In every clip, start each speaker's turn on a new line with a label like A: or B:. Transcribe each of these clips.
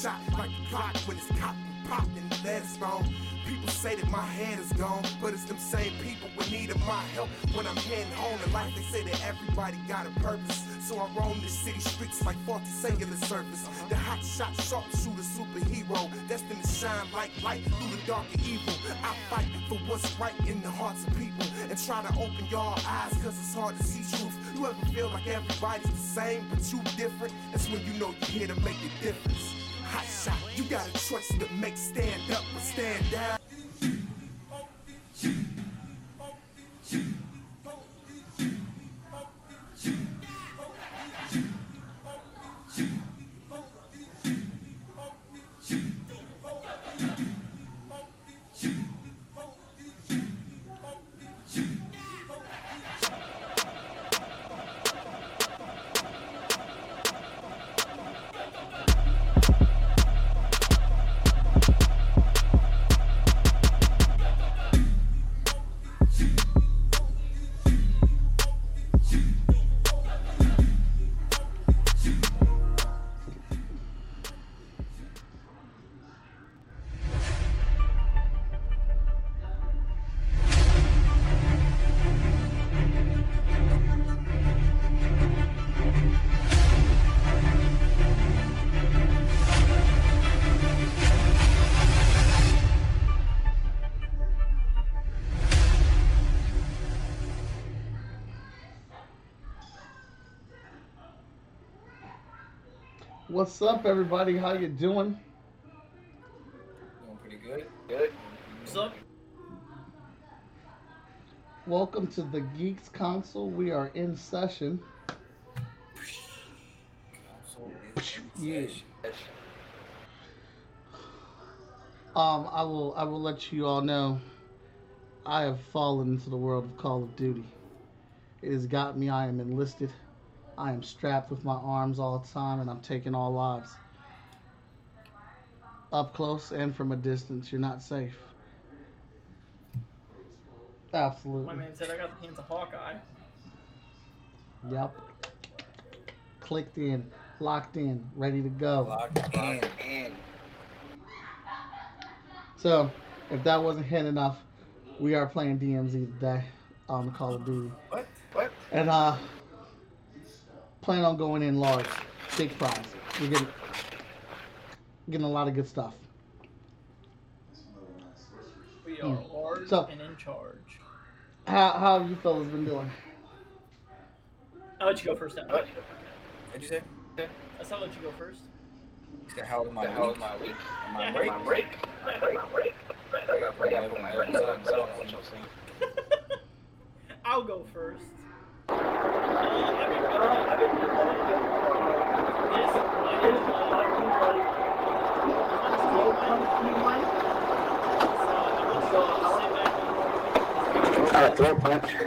A: shot like the clock when it's cocked and popped and the lead is gone. People say that my head is gone, but it's them same people in need of my help when I'm heading home. In life, they say that everybody got a purpose. So I roam the city streets like faulty singular surface. The hot shot sharpshooter superhero, destined to shine like light through the dark and evil. I fight for what's right in the hearts of people and try to open y'all eyes, cause it's hard to see truth. You ever feel like everybody's the same, but you different? That's when you know you're here to make a difference. Hot shot, you got a choice to make stand up or stand down.
B: What's up, everybody? How you doing?
C: Doing pretty good. Good.
D: What's up?
B: Welcome to the Geeks Council. We are in session. Yeah. Um, I will. I will let you all know. I have fallen into the world of Call of Duty. It has got me. I am enlisted. I am strapped with my arms all the time, and I'm taking all lives. Up close and from a distance, you're not safe.
D: My
B: Absolutely.
D: man said I got the hands of Hawkeye.
B: Yep. Clicked in, locked in, ready to go. So, if that wasn't hint enough, we are playing DMZ today on Call of Duty.
C: What? What?
B: And, uh, plan on going in large. Big prize. We're getting, getting a lot of good stuff.
D: We are large
B: So-
D: and in charge.
B: How, how have you fellas been doing?
D: I'll let you go first. Adam.
C: What'd you say?
D: I said I'll let you go first.
C: The hell am I? How am I? Am I
D: Yeah.
C: break?
D: Am I
C: break? I got break. I got my head on the side. I don't know.
D: I'll go first. Uh, I've been really- I've been really- Yes, I did, uh,
E: Uh, throat punch.
D: Gave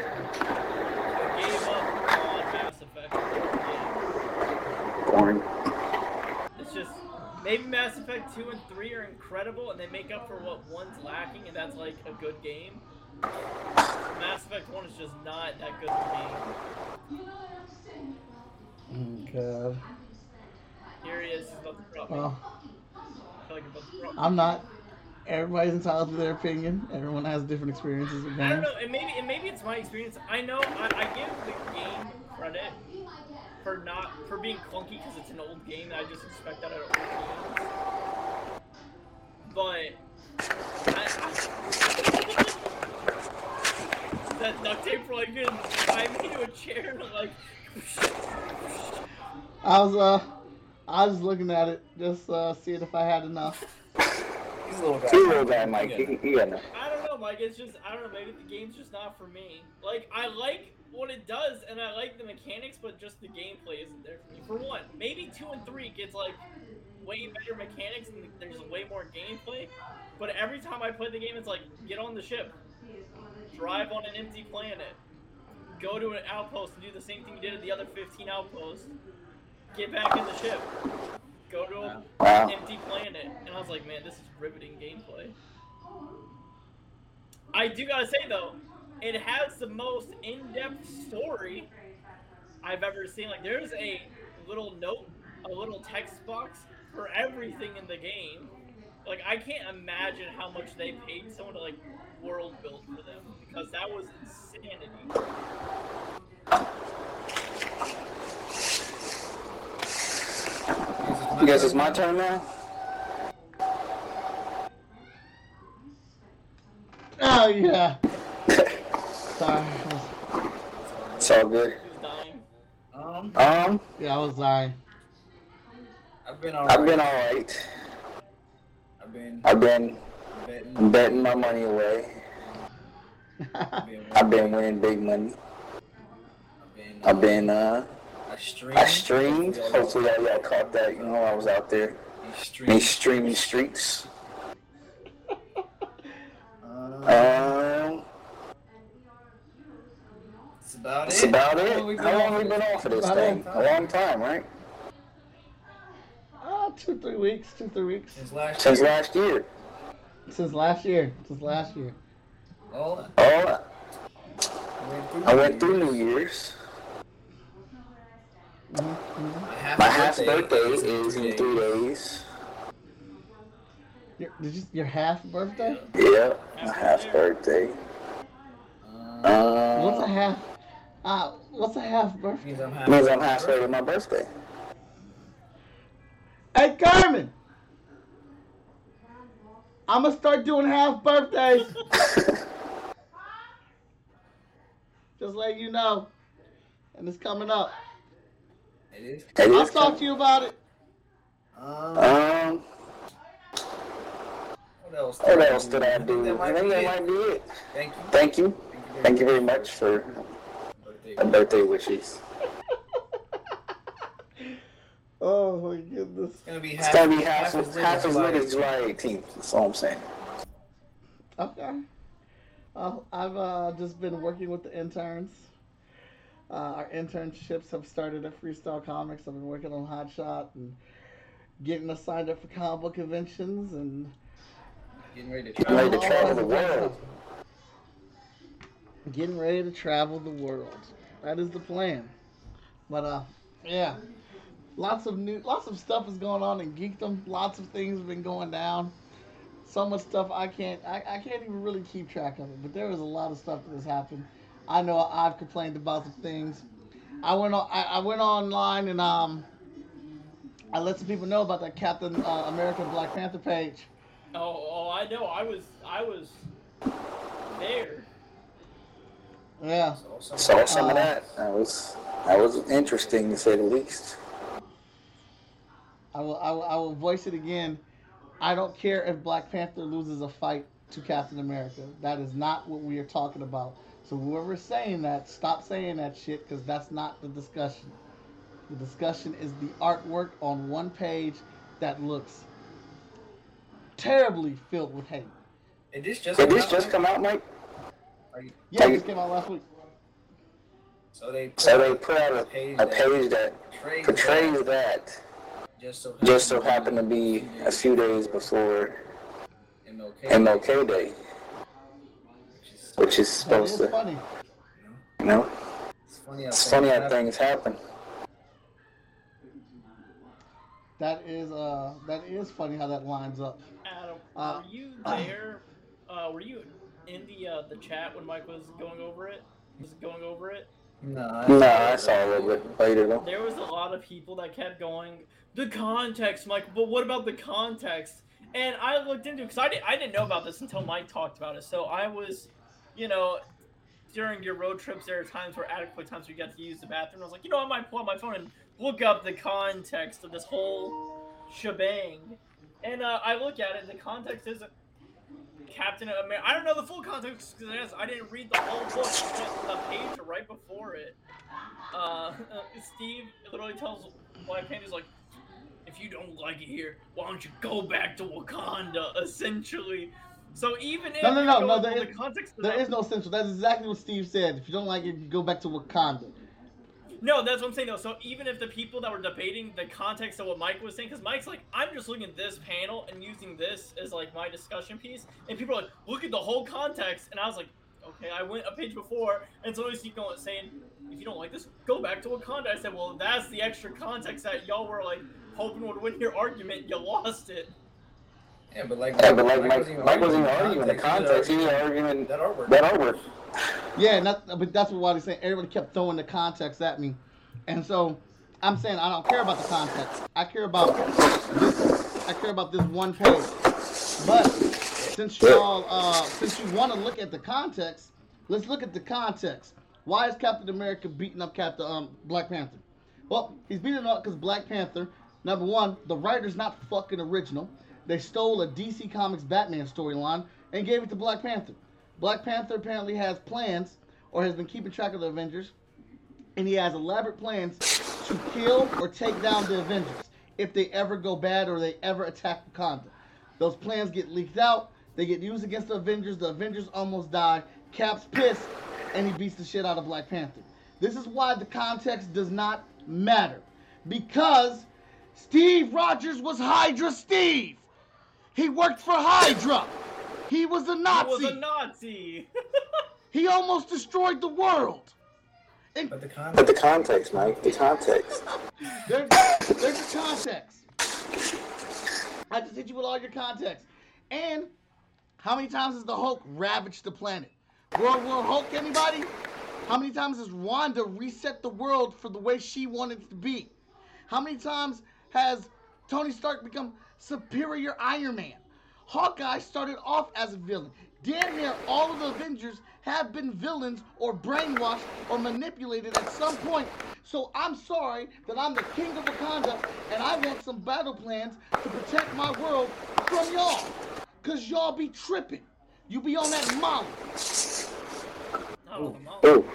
D: up on Mass Effect. Yeah.
E: Boring.
D: It's just maybe Mass Effect 2 and 3 are incredible and they make up for what one's lacking, and that's like a good game. Mass Effect 1 is just not that good of a game.
B: God.
D: Here he is. He's about to drop me.
B: Well,
D: I feel like I'm about to drop me.
B: I'm not. Everybody's entitled to their opinion. Everyone has different experiences with
D: I don't
B: games.
D: know. And maybe, and maybe it's my experience. I know I, I give the game credit for not for being clunky because it's an old game. And I just expect that out of old games. But I, I, that duct tape for like just tie me to a chair and like.
B: I was, uh, I was looking at it, just, uh, seeing if I had enough.
C: He's a little guy.
E: Two little guy, Mike. He, he got nothing.
D: I don't know, Mike. It's just I don't know. Maybe the game's just not for me. Like I like what it does, and I like the mechanics, but just the gameplay isn't there for me. For one, maybe two and three gets like way better mechanics, and there's way more gameplay. But every time I play the game, it's like get on the ship, drive on an empty planet, go to an outpost and do the same thing you did at the other 15 outposts, get back in the ship, go to a
E: Wow.
D: empty planet. And I was like, man, this is riveting gameplay. I do gotta say though, it has the most in-depth story I've ever seen. Like there's a little note, a little text box for everything in the game. Like I can't imagine how much they paid someone to like world build for them because that was insanity.
E: You guys, it's my turn now?
B: Oh yeah. Sorry. I was-
E: It's all good.
D: Who's dying?
C: Um,
E: Um,
B: Yeah, I was sorry.
C: I've been alright.
E: I've been alright.
C: I've been
E: I've been
C: betting.
E: betting my money away.
C: I've
B: Ah,
C: been.
E: I've been winning big money. I've been, uh,
C: I streamed.
E: I streamed. Hopefully, y'all, y'all caught that. You know, I was out there
C: I
E: in
C: streamed.
E: streaming streets.
C: Uh,
E: Um,
C: that's about
E: that's
C: it.
E: about
C: How long we
E: it.
C: been
E: How long
C: on
E: we been off of this
B: About
E: thing?
C: a
E: A long time, right?
B: Ah, two, three weeks, two, three weeks
C: Since last
E: Since
C: year.
E: last year.
B: since last year. Since last year.
C: Oh,
E: Oh,
C: I went through.
E: I went through New Year's.
B: Mhm, mhm.
C: My half
E: My half
C: birthday
E: birthday is
C: three
E: in three days.
B: Your, did you, your half birthday?
E: Yeah, my half birthday.
C: Uh,
B: What's a
E: Um,
B: half? Uh, what's a half birthday?
C: means I'm half.
E: means I'm halfway to Uh, my birthday.
B: Hey, Carmen. I'm gonna start doing half birthdays. Just let you know, and it's coming up.
C: It is.
E: It
B: I'll
E: is
B: talk to you about it.
C: Um,
E: Um,
C: what else?
E: what
C: did I
E: else did I do?
C: That
E: I
C: might
E: think
C: be
E: that
C: it.
E: might be it.
C: Thank you.
E: Thank you.
C: very
E: Thank you very much for
C: Birthday.
E: the birthday wishes.
B: Oh my goodness.
C: It's gonna be half.
E: It's gonna be half as
C: lit
E: half
C: as
E: as lit
C: life.
E: as July 18th. That's all I'm saying.
B: Okay. Uh, I've uh, just been working with the interns. Uh, our internships have started at Freestyle Comics. I've been working on Hot Shot and getting us signed up for comic book conventions and
C: Getting ready to
E: I'm ready
C: travel.
E: to travel the world.
B: getting ready to travel the world. That is the plan. But uh, yeah, lots of new, lots of stuff is going on in geekdom. Lots of things have been going down. So much stuff I can't, I, I can't even really keep track of it. But there was a lot of stuff that has happened. I know I've complained about some things. I went on, I, I went online and um, I let some people know about that Captain uh, America Black Panther page.
D: Oh, oh, I know. I was, I was there.
B: Yeah.
C: It's also-
E: Saw some of that. That was that was interesting to say the least.
B: I will, I will, I will voice it again. I don't care if Black Panther loses a fight to Captain America. That is not what we are talking about. So whoever's saying that, stop saying that shit because that's not the discussion. The discussion is the artwork on one page that looks terribly filled with hate.
C: Did this just?
E: Did this
C: out?
E: just come out, Mike?
C: Are you-
B: Yeah, it
E: Hey.
B: just came out last week.
C: So they.
E: So they put out a, a page that
C: portrays
E: portrays
C: that
E: that
C: Just so
E: just so happened to be a few days before
C: MLK.
E: MLK Day,
C: which is-
E: which is
B: That is
E: supposed to,
B: funny.
E: you know,
C: It's funny.
E: it's funny how things happen.
B: That is uh, that is funny how that lines up.
D: Adam,
B: Uh,
D: were you
B: uh.
D: there? Uh, were you in the uh, the chat when Mike was going over it? Was going over it?
C: No,
E: No, I saw a little bit later though.
D: There was a lot of people that kept going, the context, Mike. But what about the context? And I looked into because I didn't I didn't know about this until Mike talked about it. So I was, you know, during your road trips, there are times where adequate times where you got to use the bathroom. I was like, you know, I might pull out my phone and look up the context of this whole shebang. And uh, I look at it, and the context is Captain America. I don't know the full context because I didn't read the whole book. But the page right before it, uh, Steve literally tells Black Panther's like, "If you don't like it here, why don't you go back to Wakanda?" Essentially. So even if
B: No, no,
D: you
B: no,
D: go
B: no,
D: with
B: there
D: all
B: is-
D: the context of
B: There
D: that-
B: is no central. That's exactly what Steve said. If you don't like it, you go back to Wakanda.
D: No, that's what I'm saying though. So even if the people that were debating the context of what Mike was saying, because Mike's like, I'm just looking at this panel and using this as like my discussion piece, and people are like, look at the whole context, and I was like, okay, I went a page before, and so always keep going saying, if you don't like this, go back to Wakanda. I said, well, that's the extra context that y'all were like hoping would win your argument. You lost it.
F: Yeah, but like,
E: Yeah, but like Mike,
F: even
E: Mike wasn't even arguing the context. He was arguing
F: That artwork.
E: that artwork.
B: Yeah, and that, but that's what Wally's saying. Everybody kept throwing the context at me, and so I'm saying I don't care about the context. I care about this. I care about this one page. But since y'all, uh, since you want to look at the context, let's look at the context. Why is Captain America beating up Captain um, Black Panther? Well, he's beating him up because Black Panther. Number one, the writer's not fucking original. They stole a DC Comics Batman storyline and gave it to Black Panther. Black Panther apparently has plans, or has been keeping track of the Avengers, and he has elaborate plans to kill or take down the Avengers if they ever go bad or they ever attack Wakanda. Those plans get leaked out, they get used against the Avengers, the Avengers almost die, Cap's pissed, and he beats the shit out of Black Panther. This is why the context does not matter. Because Steve Rogers was Hydra Steve. He worked for Hydra. He was a Nazi.
D: He was a Nazi.
B: He almost destroyed the world.
F: But the
E: But
F: context.
E: the context, Mike, the context.
B: There, there's the context. I just hit you with all your context. And how many times has the Hulk ravaged the planet? World War Hulk, anybody? How many times has Wanda reset the world for the way she wanted it to be? How many times has Tony Stark become superior Iron Man? Hawkeye started off as a villain. Damn near all of the Avengers have been villains or brainwashed or manipulated at some point. So I'm sorry that I'm the king of Wakanda and I want some battle plans to protect my world from y'all. Cause y'all be tripping. You be on that molly.
D: No, come on.
E: Ooh.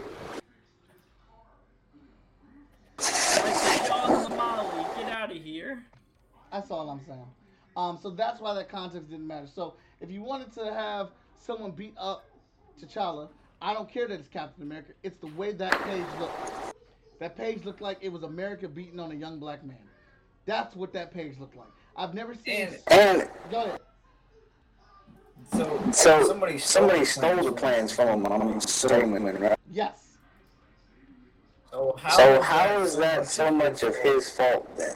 D: Like, John Somali, get out of here.
B: That's all I'm saying. Um, so that's why that context didn't matter. So if you wanted to have someone beat up T'Challa, I don't care that it's Captain America. It's the way that page looked. That page looked like it was America beating on a young black man. That's what that page looked like. I've never seen.
F: And-
E: And
B: Go ahead.
F: So,
E: so
F: somebody
E: somebody stole the
F: plans
E: plans from him. I'm assuming, right?
B: Yes.
F: So how,
E: So
F: is
E: how is
F: so
E: that
F: much
E: so
F: of
E: much of his fault then?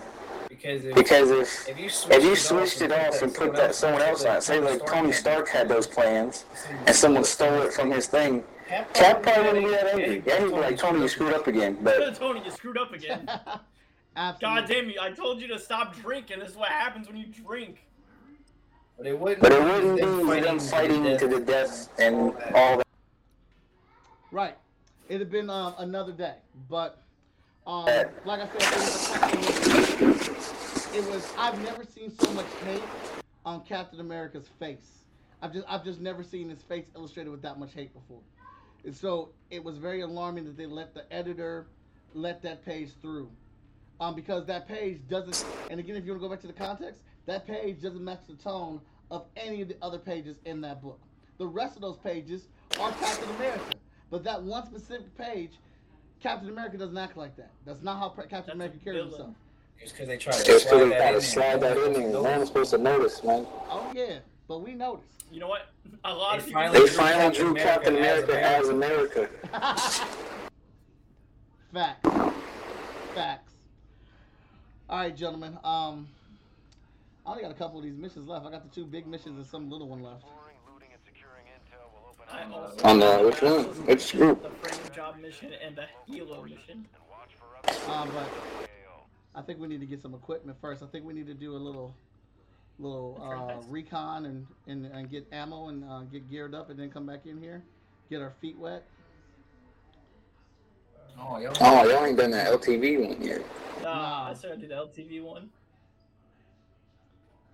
F: Because if,
E: Because if
F: if you
E: if
F: switched,
E: you switched it off and put that someone else on, it, say like Tony Stark had those plans, and someone stole it from his thing, Cap probably wouldn't be that angry. Yeah, he'd be like, Tony, you screwed up again. But
D: Tony, you screwed up again.
B: Absolutely.
D: God damn you! I told you to stop drinking. This is what happens when you drink.
F: But it wouldn't.
E: but it wouldn't
F: be
E: be them fighting
F: to
E: to
F: the
E: the death and all that.
B: Right. It'd have been uh, another day, but um,
E: Yeah.
B: like I said, it was, it was. I've never seen so much hate on Captain America's face. I've just, I've just never seen his face illustrated with that much hate before, and so it was very alarming that they let the editor let that page through, um, because that page doesn't. And again, if you want to go back to the context, that page doesn't match the tone of any of the other pages in that book. The rest of those pages are Captain America. But that one specific page, Captain America doesn't act like that. That's not how Pre- Captain
D: That's a
B: America carries
D: villain.
B: himself.
F: Just because they tried to
E: Just
F: slide
E: because
F: that in
E: gotta slide that in there. No one's
F: there.
E: supposed to notice, man.
B: Oh yeah, but we noticed.
D: You know what? A
F: They
D: lot of people.
F: finally-
E: They finally drew Captain America as America.
B: Facts. Facts. All right, gentlemen. Um, I only got a couple of these missions left. I got the two big missions and some little one left.
D: I also-
E: On the- which one? Which group?
D: The frame job mission and the helo mission.
B: Uh, but I think we need to get some equipment first. I think we need to do a little, little uh, recon and, and and get ammo and uh, get geared up and then come back in here, get our feet wet.
F: Oh, y'all.
E: Oh, y'all ain't done that LTV one yet.
D: Nah,
B: Nah.
D: I started to do the LTV one.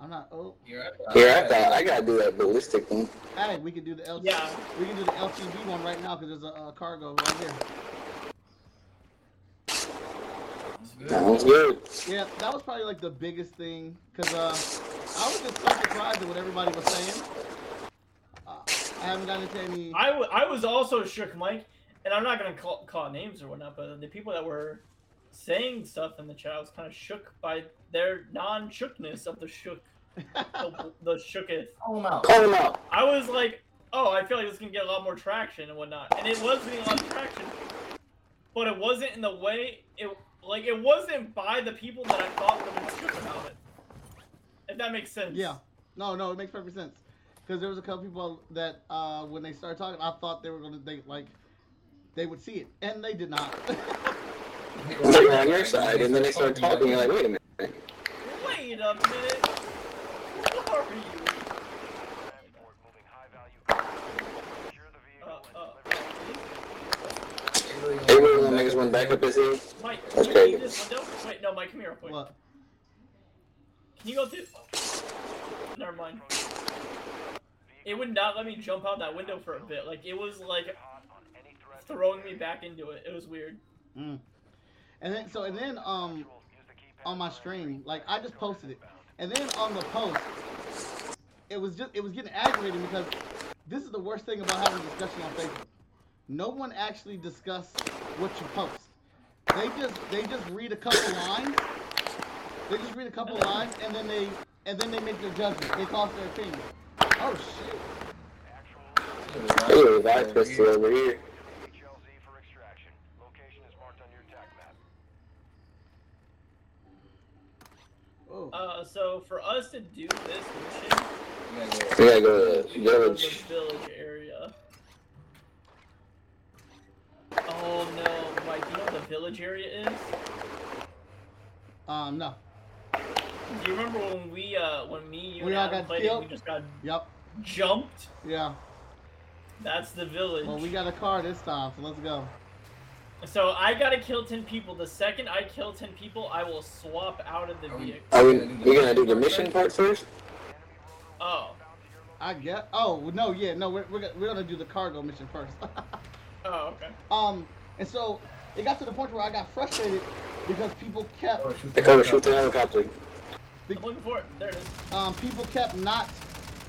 B: I'm not. Oh,
F: You're right.
E: Yeah, I thought I gotta do that ballistic one.
B: hey, we could do the LTV.
D: Yeah.
B: We can do the LTV one right now because there's a, uh cargo right here.
E: Sounds good.
B: Yeah, that was probably like the biggest thing because uh, I was just so surprised at what everybody was saying. Uh, I haven't gotten into any.
D: I, w- I was also shook, Mike, and I'm not gonna call, call names or whatnot, but the people that were saying stuff in the chat I was kind of shook by their non-shookness of the shook, the, the shooketh.
F: Call him out.
E: Call him out.
D: I was like, oh, I feel like this is gonna get a lot more traction and whatnot, and it was getting a lot of traction, but it wasn't in the way it Like it wasn't by the people that I thought that would do about it. If that makes sense.
B: Yeah. No, no, it makes perfect sense. Because there was a couple people that uh, when they started talking, I thought they were gonna they like they would see it, and they did not.
E: They were on your side, and then they started talking. You're like, wait a minute.
D: Wait a minute. Who are you? Uh, uh,
E: They were the niggas went back up his hill.
D: Mike,
E: That's
D: can you
E: crazy.
D: leave this window? Wait, no, Mike, come here real quick.
B: what?
D: Can you go through? Never mind. It would not let me jump out that window for a bit. Like it was like throwing me back into it. It was weird.
B: Mm. And then so and then um on my stream, like I just posted it, and then on the post, it was just it was getting aggravating because this is the worst thing about having a discussion on Facebook. No one actually discussed what you post. They just they just read a couple lines. They just read a couple lines and then they and then they make their judgment. They toss their opinion. Oh shit.
E: They were vibe pistol over here.
G: HLZ for extraction. Location is marked on your attack map.
B: Oh.
D: Uh, so for us to do this mission,
E: We gotta go to the
D: we go to
E: village.
D: the village area. Oh no, Mike! You know what the village area is?
B: Um no.
D: Do you remember when we, uh, when me, you,
B: We
D: and
B: all
D: Adam
B: got
D: played it,
B: killed?
D: we just got
B: Yep.
D: jumped?
B: Yeah.
D: That's the village.
B: Well we got a car this time, so let's go.
D: So I gotta kill ten people. The second I kill ten people, I will swap out of the
F: Are we-
D: vehicle.
E: Are we, you gonna do the mission part first?
D: Oh,
B: I guess. Oh well, no, yeah, no. We're we're, go- we're gonna do the cargo mission first.
D: oh, okay.
B: um, and so it got to the point where I got frustrated because people
F: Oh,
B: kept
E: The cover shoot the helicopter.
D: I'm looking for it. There it is.
B: um, people kept not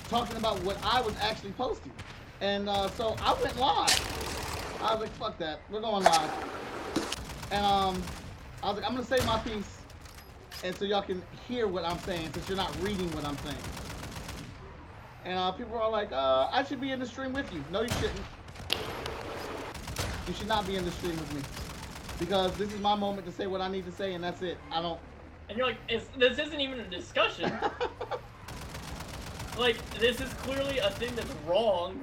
B: talking about what I was actually posting, and uh, so I went live. I was like, fuck that, we're going live. And um, I was like, I'm gonna say my piece, and so y'all can hear what I'm saying since you're not reading what I'm saying. And uh, people are like, uh, I should be in the stream with you. No, you shouldn't. You should not be in the stream with me. Because this is my moment to say what I need to say, and that's it. I don't.
D: And you're like, it's, this isn't even a discussion. like, this is clearly a thing that's wrong.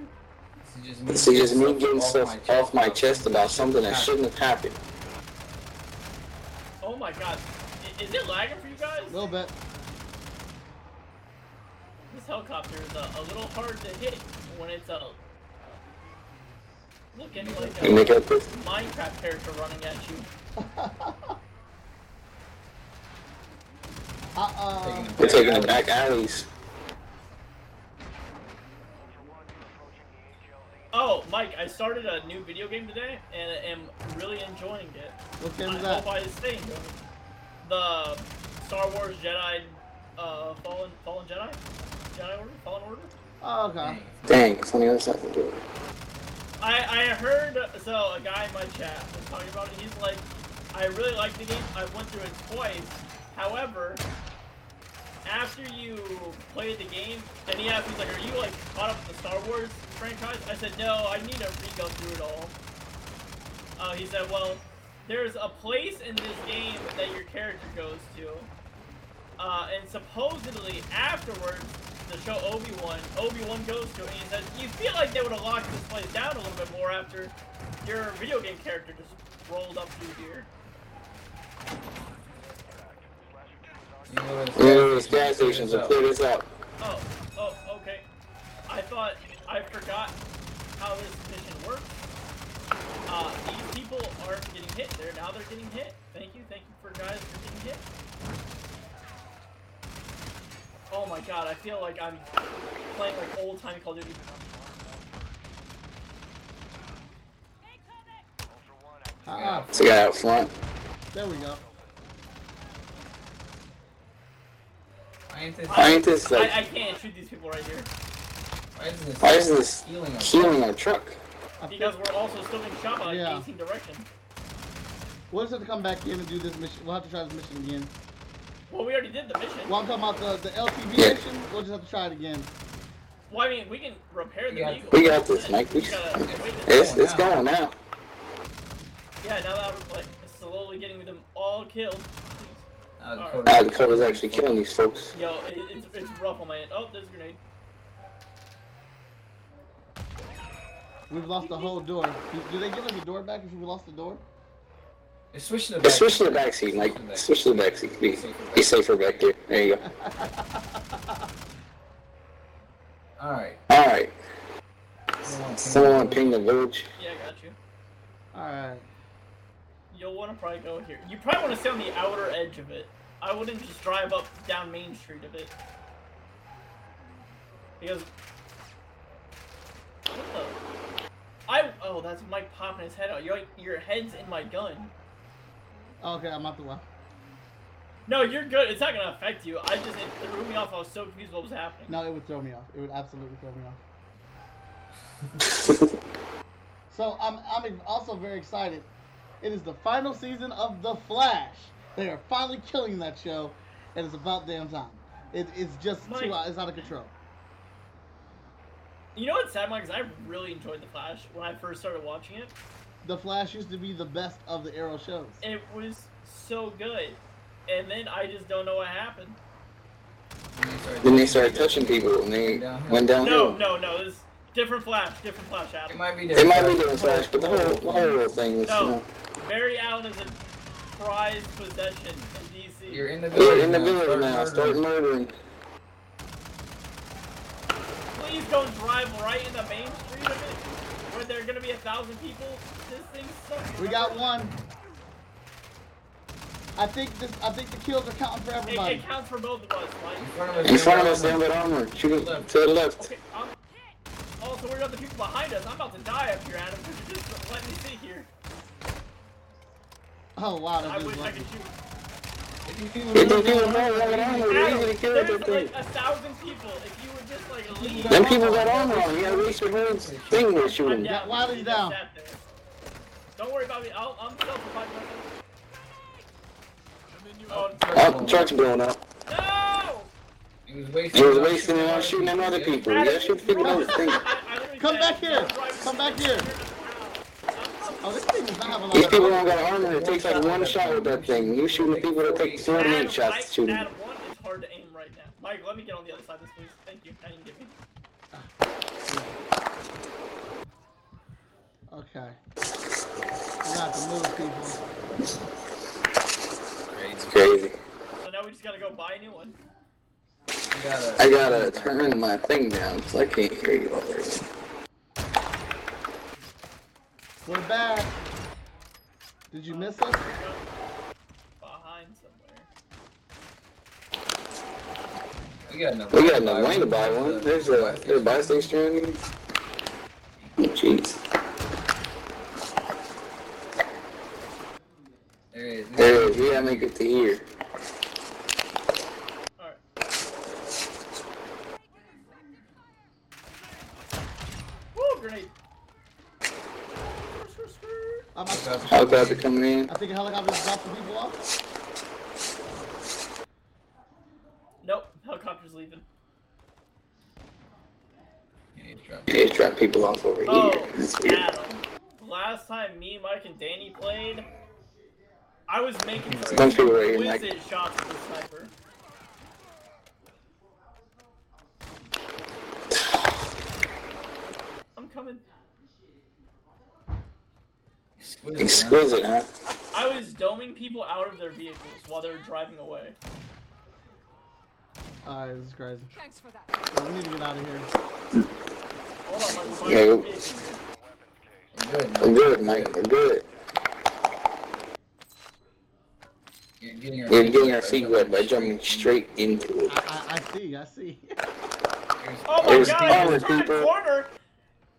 E: See, just me getting stuff off my chest about something that shouldn't have happened.
D: Oh my god, I- is it lagging for you guys?
B: A little bit.
D: This helicopter is uh, a little hard to hit when it's uh, looking like
E: You make
D: a
E: it up with?
D: Minecraft character running at you.
B: Uh,
E: We're taking the back alleys.
D: Oh, Mike, I started a new video game today and I am really enjoying it.
B: uh, what game
D: I
B: is that?
D: hope I stay enjoying it. The Star Wars Jedi, uh, Fallen, Fallen Jedi? Jedi Order? Fallen Order?
B: Oh, okay.
E: Dang, it's on the other side of the door.
D: I, I heard, so a guy in my chat was talking about it. He's like, I really like the game. I went through it twice. However, after you play the game, and he asked, he's like, are you like caught up with the Star Wars franchise? I said, no, I need to re-go through it all. Uh, he said, well, there's a place in this game that your character goes to. Uh, and supposedly afterwards, the show Obi Wan, Obi Wan goes to it and he says, "You feel like they would have locked this place down a little bit more after your video game character just rolled up through here."
E: You know, those gas stations and clear this out.
D: Oh, oh, okay. I thought I forgot how this mission works. Uh, these people aren't getting hit. They're now they're getting hit. Thank you, thank you for guys for getting hit. Oh my god, I feel like I'm playing like old time Call of Duty.
B: Ah,
E: It's a guy out front.
B: there we go.
F: Why is this?
E: Why ain't this like?
D: I, I can't shoot these people right here
F: Why is this?
E: Why is this
F: Healing us.
E: healing our truck?
B: I
D: because
B: feel,
D: we're also still being shot by
B: Yeah.
D: 18 direction.
B: we'll just have to come back in and do this mission. We'll have to try this mission again.
D: Well, we already did the mission.
B: Well, I'm talking about the, the LTV
E: Yeah.
B: mission. We'll just have to try it again.
D: Well, I mean, we can repair the
F: We got
D: vehicle.
E: We got this, Mike.
D: We
E: We,
D: gotta wait.
E: it's it's going now.
D: Yeah, now that like slowly actually getting them all killed.
F: Uh,
D: Alright.
E: Now Dakota's actually killing these folks.
D: Yo, it, it's, it's rough on my end. Oh, there's a grenade.
B: We've lost the whole door. Do- Do they give us the door back if we lost the door?
F: They switched to the
E: Hey,
F: back.
E: switch to the backseat, Mike. Switch to the backseat. Be, be safer back there. There you go.
F: Alright.
E: Alright.
F: Someone
E: Someone
F: ping-
E: wanna ping the village.
D: Yeah, I got you.
B: All right.
D: You'll want to probably go here. You probably want to stay on the outer edge of it. I wouldn't just drive up down Main Street of it. Because. What the? I. Oh, that's Mike popping his head out. Your, your head's in my gun.
B: Okay, I'm out the way.
D: No, you're good. It's not going to affect you. I just. It threw me off. I was so confused what was happening.
B: No, it would throw me off. It would absolutely throw me off. So I'm I'm also very excited. It is the final season of The Flash. They are finally killing that show, and it's about damn time. It, it's just
D: Mike.
B: too out, it's out of control.
D: You know what's sad, Mike? Is I really enjoyed The Flash when I first started watching it.
B: The Flash used to be the best of the Arrow shows.
D: It was so good. And then I just don't know what happened.
E: Then they started touching people and they
D: No,
E: went downhill.
D: no, no. This different Flash, different Flash
F: It
D: Adam.
F: might be
E: They
F: different.
E: might be doing flash, but the whole, the whole thing is, you
D: No,
E: know,
D: Barry Allen is a prized possession in DC.
F: You're in the
E: we're
F: village.
E: in the
F: now.
E: village
F: Start
E: now. Start
F: murdering.
E: murdering.
D: Please don't drive right in the main street of it, where there are gonna be a thousand people. This thing sucks.
B: We got one. I think this. I think the kills are counting for
D: It, it
B: everybody.
D: counts for both of us,
F: In
D: Mike.
F: front of us.
E: In front of us, down that armor. Shoot it to the left.
D: Okay, I'm also worried about the people behind us. I'm about to die up here, Adam. Could you just let me sit here?
B: Oh wow,
D: I
B: that
D: wish
B: dude's
D: I could
B: lucky.
D: shoot.
E: If you people know what armor, you're easy to kill with
D: Adam,
E: that
D: there's like
E: thing.
D: a thousand people. If you would just like leave.
E: Them people got armor on. You gotta reach the woman's thing with
D: I'm
E: shooting.
D: down.
B: Why are you down?
D: Sat there. Don't worry about me. I'll, I'm self-reviving myself. Oh,
E: Oh, truck's blowing up.
D: no!
F: He was wasting.
E: You was wasting it on shooting at other people. You gotta shoot the people on the thing.
D: I- I literally
B: Come
D: said,
B: back here.
D: don't drive
B: Come back
D: me.
B: here. Oh, this thing does not have a
E: These
B: lot
E: people
B: of.
E: don't got armor. It takes like one shot with that thing. You shooting the people that take
D: Adam,
E: 48 shots to shoot
D: I,
E: them.
D: Adam, one, it's hard to aim right now. Mike, let me get on the other side of this, please. Thank you. I didn't get me.
B: Okay. We got to move people.
E: It's crazy.
D: So now we just gotta go buy a new one.
F: We gotta-
E: I gotta turn my thing down because I can't hear you all right.
B: We're back. Did you miss us?
D: Behind somewhere.
F: We got enough.
E: We got enough money to buy one. There's a there's a buy station around here. Oh, Jeez.
F: There it is.
E: There it is. We gotta make it to here.
D: Alright. Woo, grenade! Screw, screw, screw.
B: I'm out-
E: I'll grab it coming in.
B: I think a helicopter's dropped some people off.
D: Nope, helicopter's leaving.
F: Yeah, you dropped it.
E: They just drop people off over
D: Oh,
E: here. That's weird.
D: Adam. Last time me, Mike, and Danny played, I was making some
E: Don't you worry, Mike.
D: exquisite shots with the sniper. I'm coming.
F: Exquisite, huh?
E: Exquisite, huh?
D: I was doming people out of their vehicles while they were driving away.
B: Alright, this is crazy.
H: Thanks for that.
B: Yeah, we need to get out of here.
D: Hold on, Mike.
E: Yeah.
D: Mike, vehicle.
F: We're good.
E: We're
F: man.
E: good, Mike. We're good.
F: You're getting our
E: We're
F: feet
E: getting our
F: wet by
E: feet
F: jumping
E: wet by jumping straight into it.
B: I, I, I see, I see.
F: Here's-
D: Oh my
E: There's
D: god, I just
E: power,
D: turned a
E: people.
D: corner!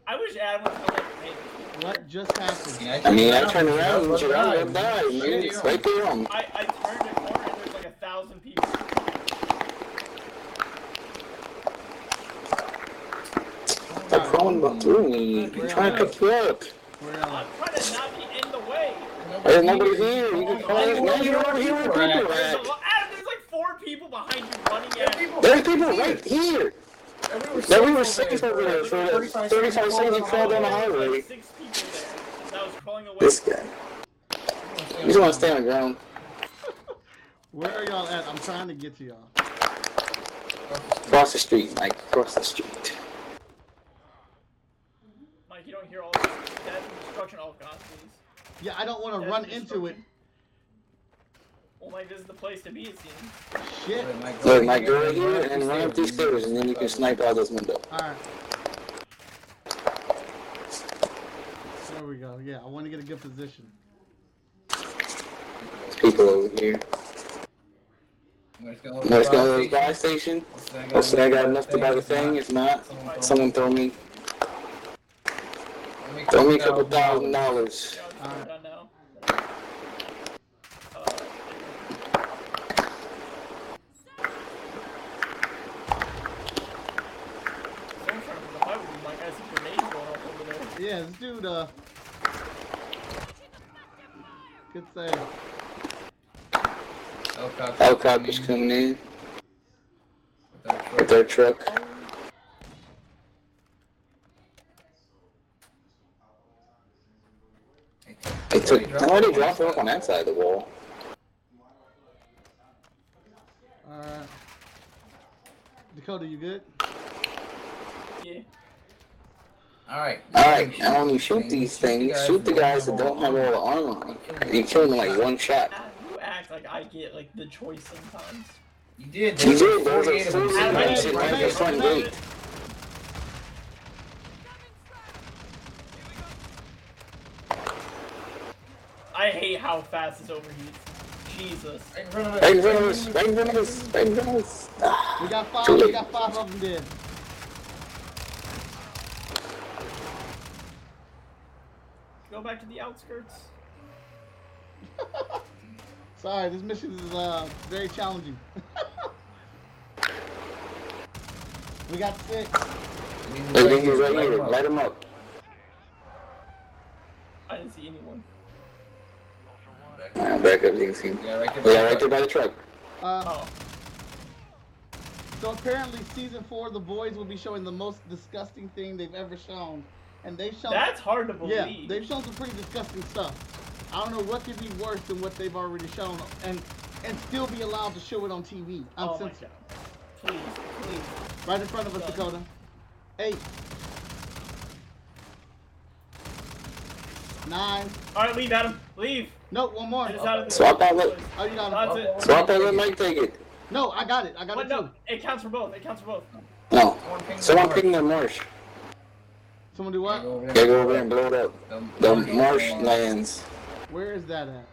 D: I wish Adam would come like, hey,
B: What just happened?
F: Yeah,
E: I mean, I
F: jumped
E: turned around and
F: jumped
E: Gerard
F: right.
E: would die. Man, it's right there on.
D: I, I turned a corner and there's like a thousand people.
E: They're crawling about through me and trying to pick you up.
B: We're uh,
D: I'm trying to not be in the way.
E: There's nobody here. You can call us. No, you're over here with people.
D: There's, a
E: Right?
D: lo- Adam, there's like four people behind you running at you.
E: There's people right here.
F: And we were
E: Now we were
F: safe
E: safe over there for the 35 seconds you crawled down the
D: There's, like,
E: highway.
D: Six people there that was crawling away.
E: This guy.
F: Everyone was safe
E: You just want to stay on the ground.
B: Where are y'all at? I'm trying to get to y'all.
E: Cross the street, Mike. Cross the street.
D: Mike, you don't hear all this death and destruction. Oh god, please.
B: Yeah, I don't want to
D: Death
B: run
D: and
B: into it.
D: destruction. Well, Mike, this is the place to be, it seems.
B: Shit.
E: Look, Mike, go right here and run up these stairs, and then you can snipe out this window.
B: All right. There we go. Yeah, I want to get a good position.
E: There's people over here. Let's go to the gas station. Let's say I got enough to buy the thing. If not, someone throw me throw me a couple thousand dollars.
D: Yeah, I'll just
B: All
D: turn
B: right.
D: it on now. Uh, Someone's trying to put a fire with me, Mike. I see grenades going off over there.
B: Yeah, this dude. Uh, good save.
E: Helicopters coming in with their truck. They took. How did they drop the rock on that side of the wall?
B: All right. Uh, Dakota, you good?
D: Yeah.
F: Alright.
E: Alright, now when you shoot these things, shoot the guys that don't have all the armor on. You kill them in, like one shot.
D: Matt, You act like I get like the choice sometimes.
F: You did.
E: You did,
F: There's
E: those are
F: 48 of them.
E: fools.
D: Adam,
E: That shit right at the front gate.
D: I hate how fast this overheats. Jesus.
F: Right in front of us.
E: Right in front of us, right in front of us, right in front of us.
B: We
E: Ah,
B: got five.
E: Too
B: We
E: late.
B: got five of them dead.
D: Go back to the outskirts.
B: Sorry, this mission is uh, very challenging. we got six.
E: Those niggas right here, light them up.
D: I didn't see anyone.
E: Alright, back up, you can see.
F: Yeah, right there.
E: Yeah, right there by the truck.
B: Uh,
D: Oh,
B: so apparently, season four, the boys will be showing the most disgusting thing they've ever shown, and they've shown
D: that's hard to believe.
B: yeah, they've shown some pretty disgusting stuff. I don't know what could be worse than what they've already shown, and and still be allowed to show it on TV
D: oh my
B: uncensored,
D: god. Please, please.
B: right in front of us, Dakota. Eight, nine.
D: All right, leave, Adam. Leave.
B: No, one more.
D: It is out of the
E: Swap out, look.
B: Oh, you got
D: That's
B: it.
D: it.
E: Swap out, let Mike take it.
B: No, I got it. I got
D: What?
B: it too.
D: No, it counts for both. It counts for both.
E: No. Someone picking the marsh.
B: Someone do what?
E: They go over there and blow it up. The marshlands.
B: Where is that at?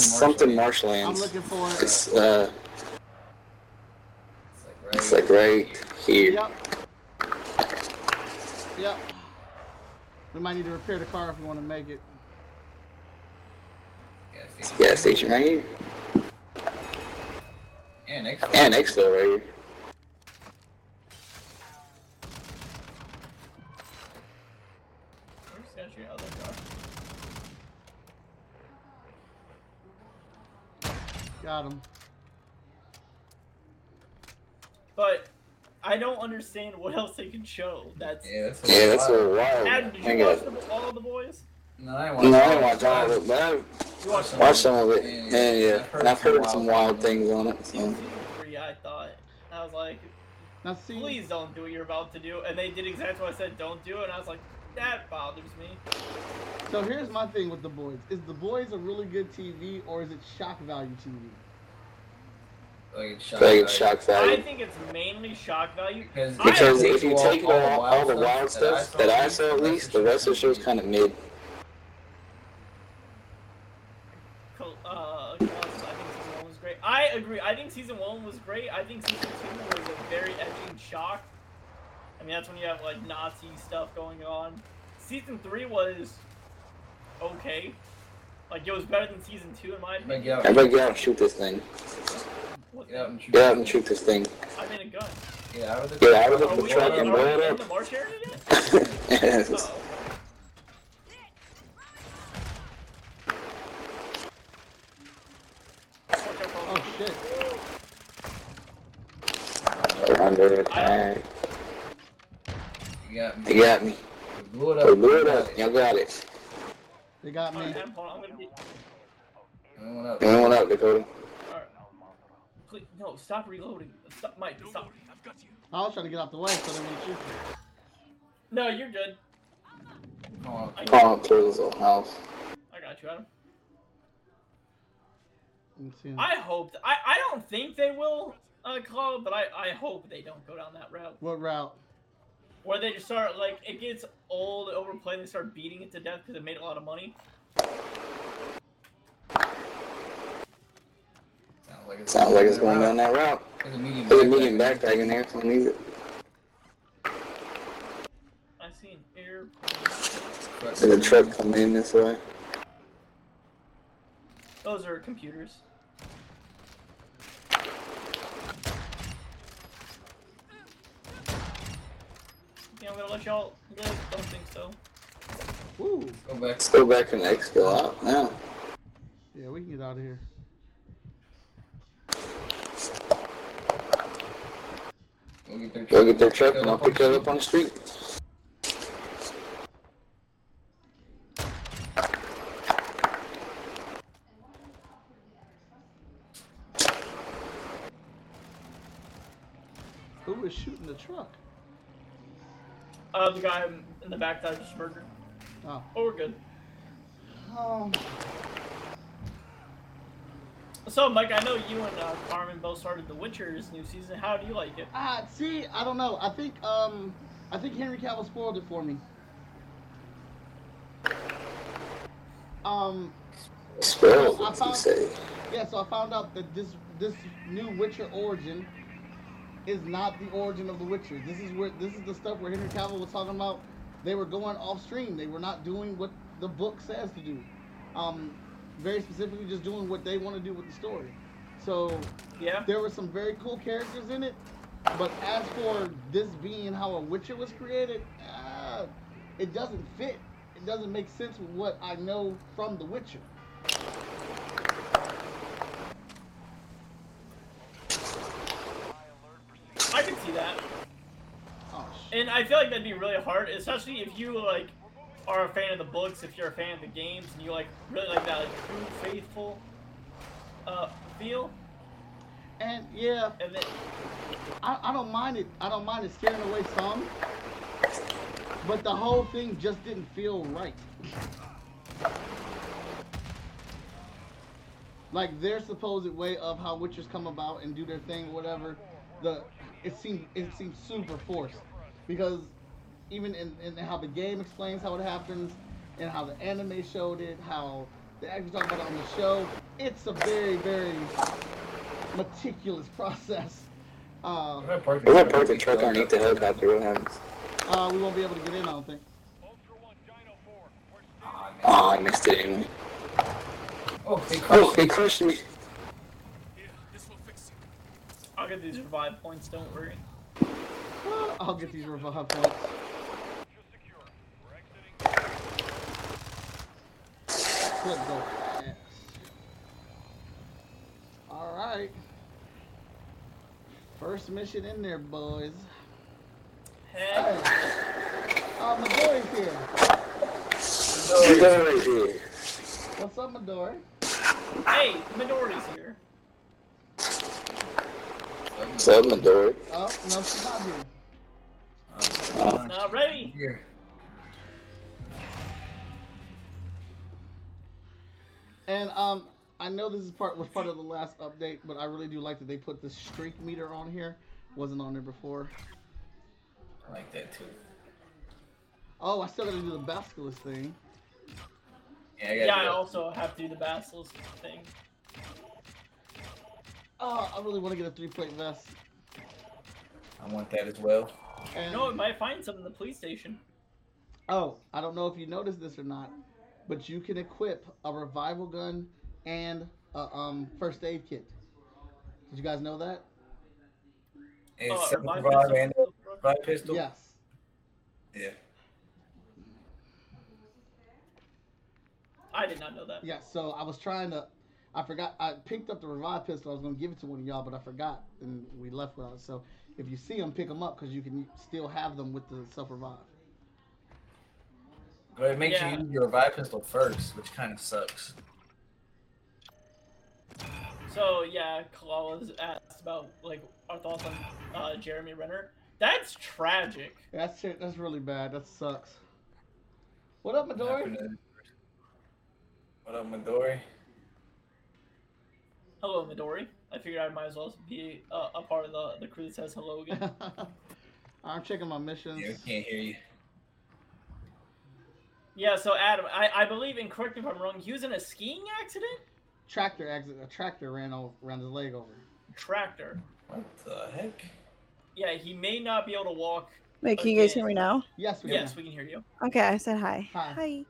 E: Something
B: I'm
E: marshlands.
B: looking for it.
E: It's, uh, it's like right here.
B: Yep. Yep. We might need to repair the car if we want to make it.
E: Gas station right here.
F: And
E: And Expo right here.
D: I'm just gonna shoot out that car.
B: Got him.
D: But I don't understand what else they can show. That's.
F: Yeah, that's
E: Yeah, that's a
F: what.
E: wild.
D: Adam, did
E: Hang
D: you watch
E: on.
D: the, all the boys?
F: No, I
E: No, I don't watch all of it, but I've
D: You watched
F: Awesome.
E: watched some of it. And yeah, and I've heard some wild things on it. So.
D: season three, I thought. I was like,
B: Now see,
D: please don't do what you're about to do. And they did exactly what I said, don't do it. And I was like, that bothers me.
B: so here's my thing with the boys: is the boys a really good TV or is it shock value TV?
F: Like it's
E: I
F: shock.
E: think it's shock
D: I
E: value.
D: think it's mainly shock value.
F: Because
E: Because
D: I-
E: if you take it all, all the wild stuff that I saw at least, the rest of the show's kind of mid.
D: Col- Uh, Colossus, I think season one was great. I agree. I think season one was great. I think season two was a very edging shock. I mean, that's when you have like Nazi stuff going on. Season three was okay. Like it was better than season two in my opinion.
F: Get out,
E: Everybody get out and shoot this thing.
D: What
F: get out and shoot.
E: Get out and shoot this thing.
D: I'm in a gun.
F: Get out of the.
E: Get out of
D: Are
E: the
D: we,
E: truck
D: are
E: and
D: we
E: blow
D: in
E: it
D: the
E: up.
D: marsh area yet?
E: Yes.
D: Oh, okay. Watch out, Colossus.
B: Oh shit!
E: They're under attack.
F: Get out.
E: They got me.
F: Blew it
E: They
F: up.
E: blew it up. Y'all got it.
B: They got
D: All
B: me.
D: right, Adam, hold on, I'm gonna be-
F: one up.
E: One up, Dakota.
D: Alright. Please, no, stop reloading. Stop, Mike, stop.
B: I was trying to get out the way so they wouldn't shoot me.
D: No, you're good.
F: Come on.
D: I,
E: Oh, kills the house.
D: I got you, Adam.
B: I'm seeing-
D: I hope. th- I, I don't think they will, uh, Claw, but I, I hope they don't go down that route.
B: What route?
D: Where they just start, like, it gets old, overplayed, they start beating it to death because it made a lot of money.
F: Sounds like it's,
E: Sounds like it's going down that route.
F: There's a medium
E: There's a
F: backpack.
E: medium backpack in there. Someone needs it.
D: I see an air.
F: Fuck.
E: There's a truck coming in this way.
D: Those are computers. Yeah, I'm gonna let y'all live. Don't think so.
B: Ooh.
F: Go back.
E: Let's go back and exfil out now.
B: Yeah, we can get out of here.
F: Go get their
E: Go
F: truck.
E: get their truck and
F: Go
E: I'll pick it up on the street.
B: Who was shooting the truck?
D: Uh, the guy in the back that I just murdered.
B: Oh.
D: Oh, we're good.
B: Um,
D: So, Mike, I know you and uh, Carmen both started The Witcher's new season. How do you like it?
B: ah, see, I don't know. I think um, I think Henry Cavill spoiled it for me. Um,
E: Spell, you say.
B: yeah. So I found out that this this new Witcher origin is not the origin of the Witcher. This is where this is the stuff where Henry Cavill was talking about. They were going off stream. They were not doing what the book says to do. Um, very specifically, just doing what they want to do with the story. So
D: Yeah.
B: There were some very cool characters in it, but as for this being how a Witcher was created, uh, it doesn't fit. It doesn't make sense with what I know from The Witcher.
D: I can see that.
B: Oh, shit.
D: And I feel like that'd be really hard, especially if you like are a fan of the books, if you're a fan of the games, and you like really like that like true faithful uh feel.
B: And yeah,
D: And then
B: I, I don't mind it. I don't mind it scaring away some, but the whole thing just didn't feel right. Like their supposed way of how witches come about and do their thing, whatever. The it seemed it seemed super forced because even in, in how the game explains how it happens and how the anime showed it, how they actually talk about it on the show, it's a very very meticulous process. Uh,
F: What about parking
E: There's a
F: truck?
E: perfect truck underneath the helicopter. What happens?
B: uh, we won't be able to get in, I don't think.
F: Ah, man.
E: Oh, I missed it anyway.
F: Oh, hey, Chris.
E: Oh, he crushed me.
D: I'll get these revive points, don't worry.
B: Ah, I'll get these revive points. Good go ass. Alright. First mission in there, boys.
D: Heck
B: Hey. Uh, Midori's here.
E: You got it right here.
B: What's up, Midori?
D: hey, Midori's here.
E: What's up, Midori?
B: Oh, no, she's not here.
D: Not ready.
F: Here.
B: And um, I know this is part was part of the last update, but I really do like that they put the streak meter on here. Wasn't on there before.
F: I like that too.
B: Oh, I still gotta do the basculus thing.
F: Yeah, I got
D: Yeah, I also have to do the basilisk thing.
B: Oh, I really want to get a three-plate vest.
F: I want that as well.
B: And,
D: No, it might find some in the police station.
B: oh, I don't know if you noticed this or not, but you can equip a revival gun and a um, first aid kit. Did you guys know that?
D: Oh,
F: It's
D: revive
F: self-revive and
D: pistol.
F: revive pistol.
B: Yes.
F: Yeah.
D: I did not know that.
B: Yeah, so I was trying to. I forgot. I picked up the revive pistol. I was going to give it to one of y'all, but I forgot, and we left without it. So if you see them, pick them up because you can still have them with the self revive.
F: But it makes
D: Yeah.
F: you use your revive pistol first, which kind of sucks.
D: So yeah, Kalala's asked about like our thoughts on uh, Jeremy Renner. That's tragic.
B: That's it. That's really bad. That sucks. What up, Midori?
F: Happened to- What up, Midori?
D: Hello, Midori. I figured I might as well be uh, a part of the, the crew that says hello again.
B: I'm checking my missions.
F: Yeah, we can't hear you.
D: yeah. So Adam, I, I believe, and correct me if I'm wrong, he was in a skiing accident.
B: Tractor exit. A tractor ran over, ran his leg over.
D: Tractor.
F: What the heck?
D: Yeah, he may not be able to walk.
H: Wait, can you guys hear me now?
B: Yes, we
D: Yes,
B: can.
D: we can hear you.
H: Okay, I said hi.
B: Hi.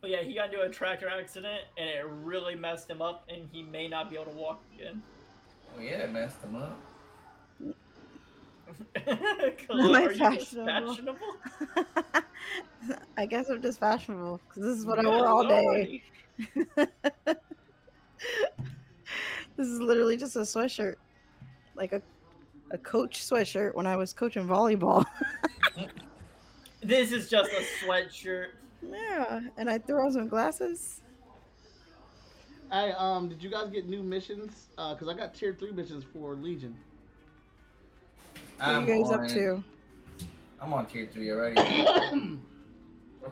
D: But yeah, he got into a tractor accident and it really messed him up, and he may not be able to walk again.
F: Oh yeah, it messed him up.
D: Kalala,
H: I
D: are you just
H: fashionable?
D: fashionable?
H: I guess I'm just fashionable because this is what I
D: Good
H: wore all day.
D: lordy.
H: This is literally just a sweatshirt, like a a coach sweatshirt when I was coaching volleyball.
D: This is just a sweatshirt.
H: yeah, and I threw on some glasses.
B: Hey, um, did you guys get new missions? Uh, cause I got tier three missions for Legion.
H: What are you guys up to?
F: I'm on tier three already. We're playing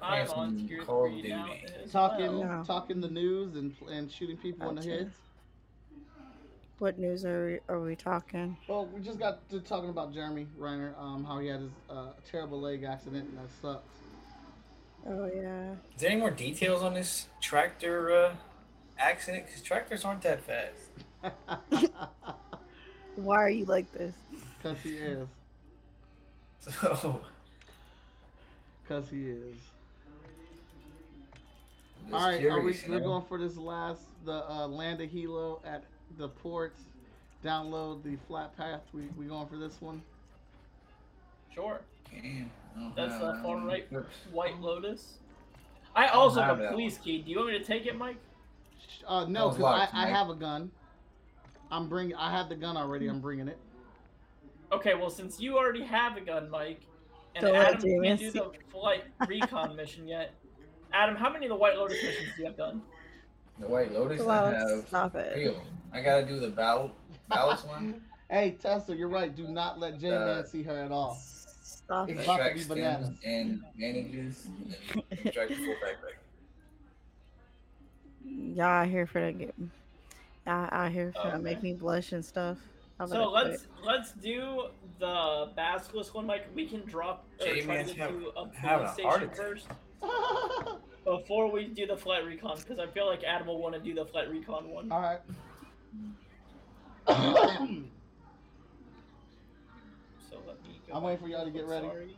D: I'm on
F: some
D: tier
F: Call of
D: three now.
F: Duty.
D: as
B: Talking,
D: well.
H: No.
B: talking the news and and shooting people in the
H: Gotcha.
B: heads.
H: What news are we, are we talking?
B: Well, we just got to talking about Jeremy Reiner, um, how he had his uh, terrible leg accident and that sucks.
H: Oh yeah,
F: Is there any more details on this tractor uh, accident? Because tractors aren't that fast.
B: Cause
H: why are you like this?
B: he is.
F: So
B: Cause he is. All
F: I'm just
B: right, are we,
F: curious, you
B: we're
F: know?
B: going for this last the uh, land of Hilo at the ports. Download the flat path. We we going for this one.
D: Sure.
F: Damn, I don't
D: That's
F: have
D: the
F: that
D: far
F: one.
D: right
F: Oops.
D: White Lotus. I also
F: have
D: have
F: that
D: a police key. Do you want me to take it, Mike?
B: Sh- Uh, no,
F: was
B: because
F: locked,
B: I, I
F: Mike.
B: have a gun. I'm bring. I have the gun already. I'm bringing it.
D: Okay, well, since you already have a gun, Mike, and
H: Don't let
D: Adam
H: Damien
D: can't do the flight recon mission yet, Adam, how many of the White Lotus missions do you have done?
F: The White Lotus. I
H: Well,
F: have
H: stop
F: three
H: it.
F: of 'em. I gotta do the ballot, ballast one.
B: Hey Tessa, you're right. Do not let J Man
F: Uh,
B: see her at all.
H: Stop
F: That
B: It's
H: it.
B: about to be
F: tracks
B: bananas.
F: stems and manages. And then you track the full backpack.
H: Y'all out here for that game. Y'all out here for to
D: Okay.
H: make me blush and stuff. I'm
D: So
H: gonna quit.
D: let's let's do the basilisk one, Mike. We can drop or try to
F: J-Man's
D: get
F: having-
D: to a
F: having a
D: police
F: heart
D: station
F: attack.
D: first before we do the flight recon, because I feel like Adam will want to do the flight recon one.
B: all right.
D: So let me. Go
B: I'm waiting for y'all to get ready.
D: Sorry.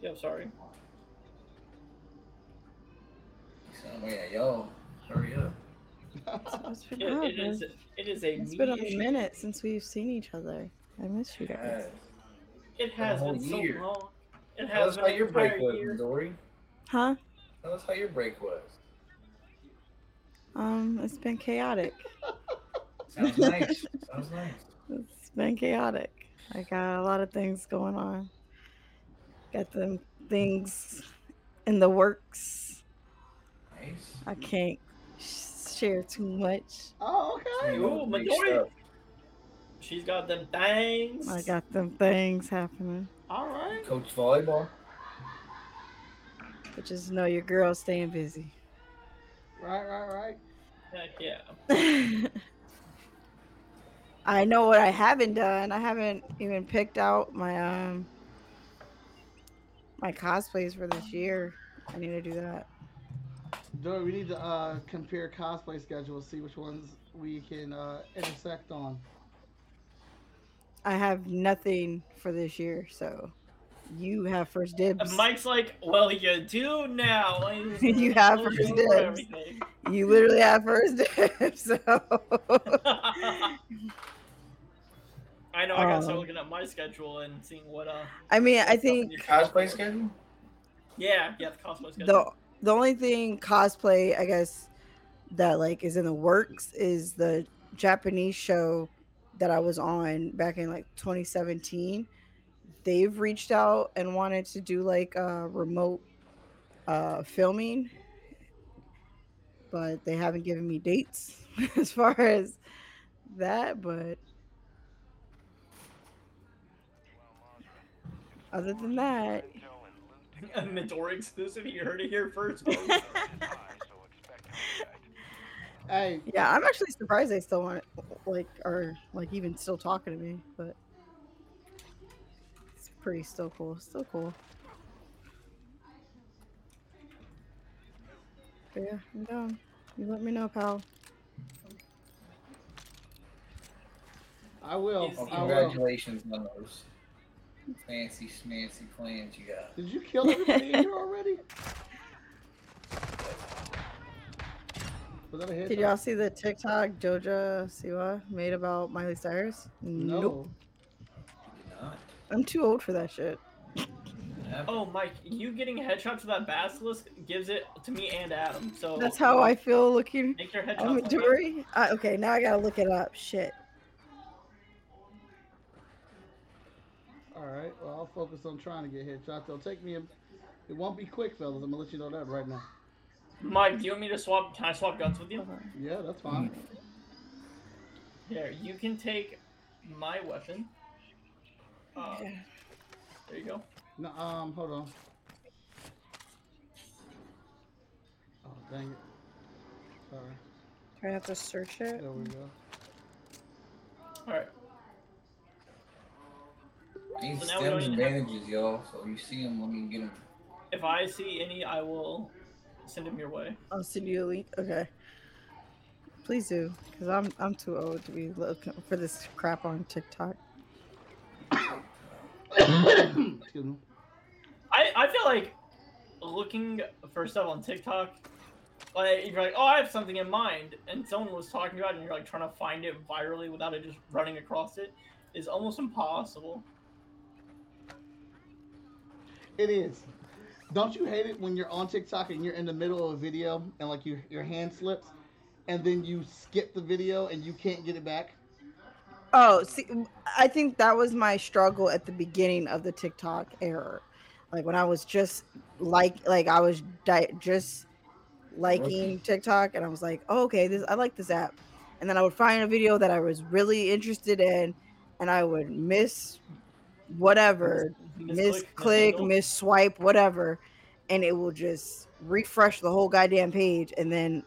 D: Yeah, I'm sorry.
F: So yeah, yo, hurry up.
H: It's been,
D: It,
H: hard,
D: it is.
H: man.
D: It is a.
H: It's been a
D: niche-
H: minute since we've seen each other. I miss you guys.
F: Yes.
D: It has
F: whole
D: been so
F: year.
D: long. It
F: Tell
D: has
F: us how
D: been
F: your
D: your
F: break was,
D: year.
F: Dory.
H: Huh?
F: Tell us how your break was.
H: Um, it's been chaotic.
F: Sounds nice. Sounds nice.
H: It's been chaotic. I got a lot of things going on. Got them things in the works.
F: Nice.
H: I can't sh- share too much.
B: Oh, okay.
D: Ooh,
F: Big
D: Midori.
F: stuff.
D: She's got them bangs.
H: I got them things happening.
B: All right.
F: Coach volleyball.
H: But just know your girl's staying busy.
B: Right, right, right.
D: Heck yeah.
H: I know what I haven't done. I haven't even picked out my um my cosplays for this year. I need to do that.
B: Dory, we need to uh, compare cosplay schedules, see which ones we can uh, intersect on.
H: I have nothing for this year, so you have first
D: And
H: dibs.
D: Mike's like, well, you do now. And he's
H: You
D: gonna
H: have
D: hold
H: first
D: you
H: dibs.
D: for everything.
H: You literally have first dibs. So
D: I know. I gotta start
H: Um,
D: looking at my schedule and seeing what. Uh,
H: I mean, I think
F: Your cosplay schedule?
D: Yeah, yeah, the cosplay schedule.
H: the the only thing cosplay, I guess, that like is in the works is the Japanese show that I was on back in like 2017. They've reached out and wanted to do like a remote uh, filming, uh, but they haven't given me dates as far as that. But other than that,
D: Midori exclusive. You heard it here first. folks.
B: Hey,
H: yeah, I'm actually surprised they still want it, like, or like even still talking to me. But it's pretty still cool. Still cool. But yeah, I'm down. You let me know, pal.
B: I will.
D: Is
B: I
D: he-
F: Well,
B: will.
F: congratulations on those fancy schmancy plans you got.
B: Did you kill everybody in here already? Was that a hit?
H: Did y'all see the TikTok Doja Siwa made about Miley Cyrus?
B: No.
F: Did not.
H: I'm too old for that shit.
F: Yeah.
D: Oh, Mike, you getting headshots with that basilisk gives it to me and Adam. So
H: That's how I feel looking
D: make your
H: at
D: headshots. like that.
H: Midori. Uh, okay, now I gotta look it up. Shit.
B: All right. Well, I'll focus on trying to get headshots. It'll take me. A, it won't be quick, fellas. I'm gonna let you know that right now.
D: Mike, do you want me to swap? Can I swap guns with you?
H: Hold on.
B: Yeah, that's fine.
D: Here, you can take my weapon. Uh,
H: Yeah.
D: there you go.
B: No, um, hold on. Oh dang it! Sorry.
H: Do I have to search it?
B: There we go.
D: All right.
F: These
D: So now we don't
F: stems
D: even
F: and
D: have-
F: bandages, y'all. So you see them when you get them.
D: If I see any, I will send them your way.
H: I'll send Oh, you a link. Okay. Please do, because I'm I'm too old to be looking for this crap on TikTok.
B: Excuse me.
D: I, I feel like looking for stuff on TikTok, like you're like, oh, I have something in mind, and someone was talking about it, and you're like trying to find it virally without it just running across it is almost impossible.
B: It is. Don't you hate it when you're on TikTok and you're in the middle of a video and like your your hand slips, and then you skip the video and you can't get it back?
H: Oh, see, m- I think that was my struggle at the beginning of the TikTok error. Like when I was just like, like I was di- just liking TikTok, and I was like, oh, okay, this I like this app. And then I would find a video that I was really interested in, and I would miss whatever, miss click,
D: middle.
H: miss swipe, whatever, and it will just refresh the whole goddamn page, and then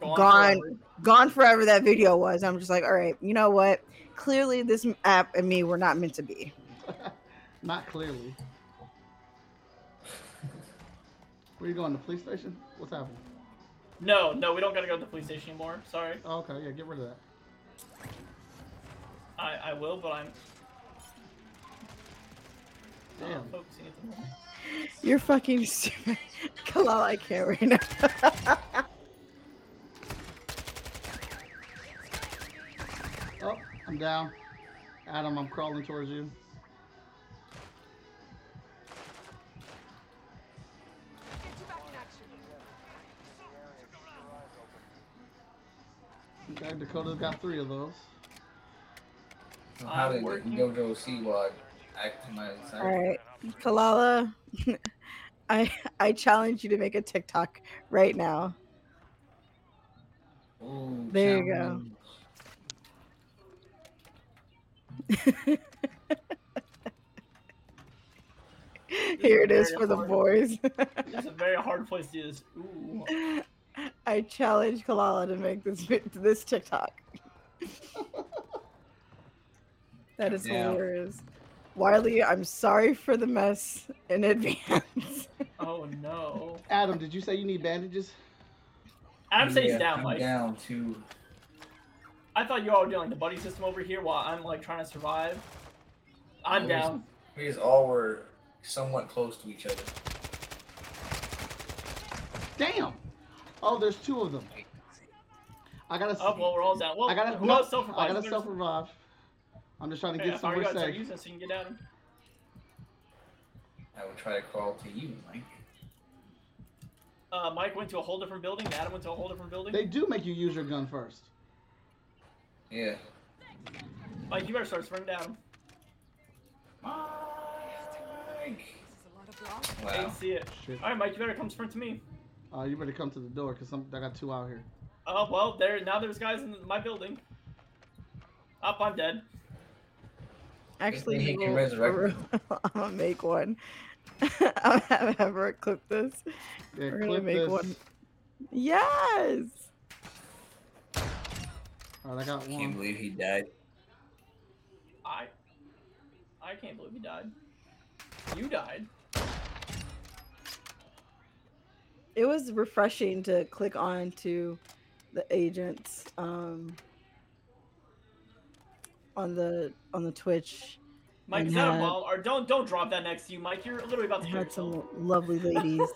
H: gone.
D: forever.
H: gone forever that video was. I'm just like, all right, you know what? Clearly, this m- app and me were not meant to be.
B: Not clearly. Where you going? The police station? What's happening?
D: No, no, we don't gotta go to the police station anymore. Sorry,
B: Oh, okay, yeah, get rid of that.
D: I, I will, but I'm uh,
B: Damn.
D: focusing at the moment.
H: You're fucking stupid. Kalal, I can't right now.
B: Oh, I'm down. Adam, I'm crawling towards you. Okay, Dakota's got three of those.
F: So how
D: I'm
F: did
D: working.
F: JoJo Siwa act in my
H: all right, Kalala, I I challenge you to make a TikTok right now.
F: Ooh,
H: There you go.
F: challenge.
H: Here it is for the boys.
D: It's a very hard place to do this. Ooh,
H: I challenge Kalala to make this vi- this TikTok. that is
F: Yeah.
H: hilarious. Wiley, I'm sorry for the mess in advance.
D: oh no.
B: Adam, did you say you need bandages?
D: Adam says
F: Yeah,
D: he's down,
F: I'm
D: Mike.
F: down too.
D: I thought you all were doing like the buddy system over here while I'm like trying to survive. I'm
B: Oh,
F: Always.
D: down.
F: We just all were somewhat close to each other.
B: Damn! Oh, there's two of them. I gotta. s-
D: Oh well, we're all down. Well,
B: I gotta.
D: who
B: no,
D: else self
B: I gotta self revive. I'm just trying to get somewhere
D: gotta start
B: safe.
D: using it so you can get at him.
F: I would try to crawl to you, Mike.
D: Uh, Mike went to a whole different building. Adam went to a whole different building.
B: They do make you use your gun first.
F: Yeah.
D: Mike, you better start sprinting down.
F: Mike.
I: This is a lot of block.
D: I didn't
F: Wow.
D: see it.
B: Shit.
D: All right, Mike, you better come sprint to me.
B: Uh, you better come to the door because I got two out here.
D: Oh well, there now. There's guys in my building. Up, I'm dead.
H: Actually,
F: he can
H: will-
F: resurrect
H: I'm gonna make one. I'll have Ever clip this.
B: Yeah,
H: We're gonna
B: clip
H: make
B: this.
H: one. Yes.
B: All right, I got
F: Can't
B: one.
F: believe he died.
D: I, I can't believe you died. You died.
H: It was refreshing to click on to the agents um on the on the Twitch.
D: Mike,
H: And
D: is that a
H: had-
D: ball? Or don't don't drop that next to you, Mike. You're literally about
H: I
D: to kill
H: had some
D: yourself.
H: lovely ladies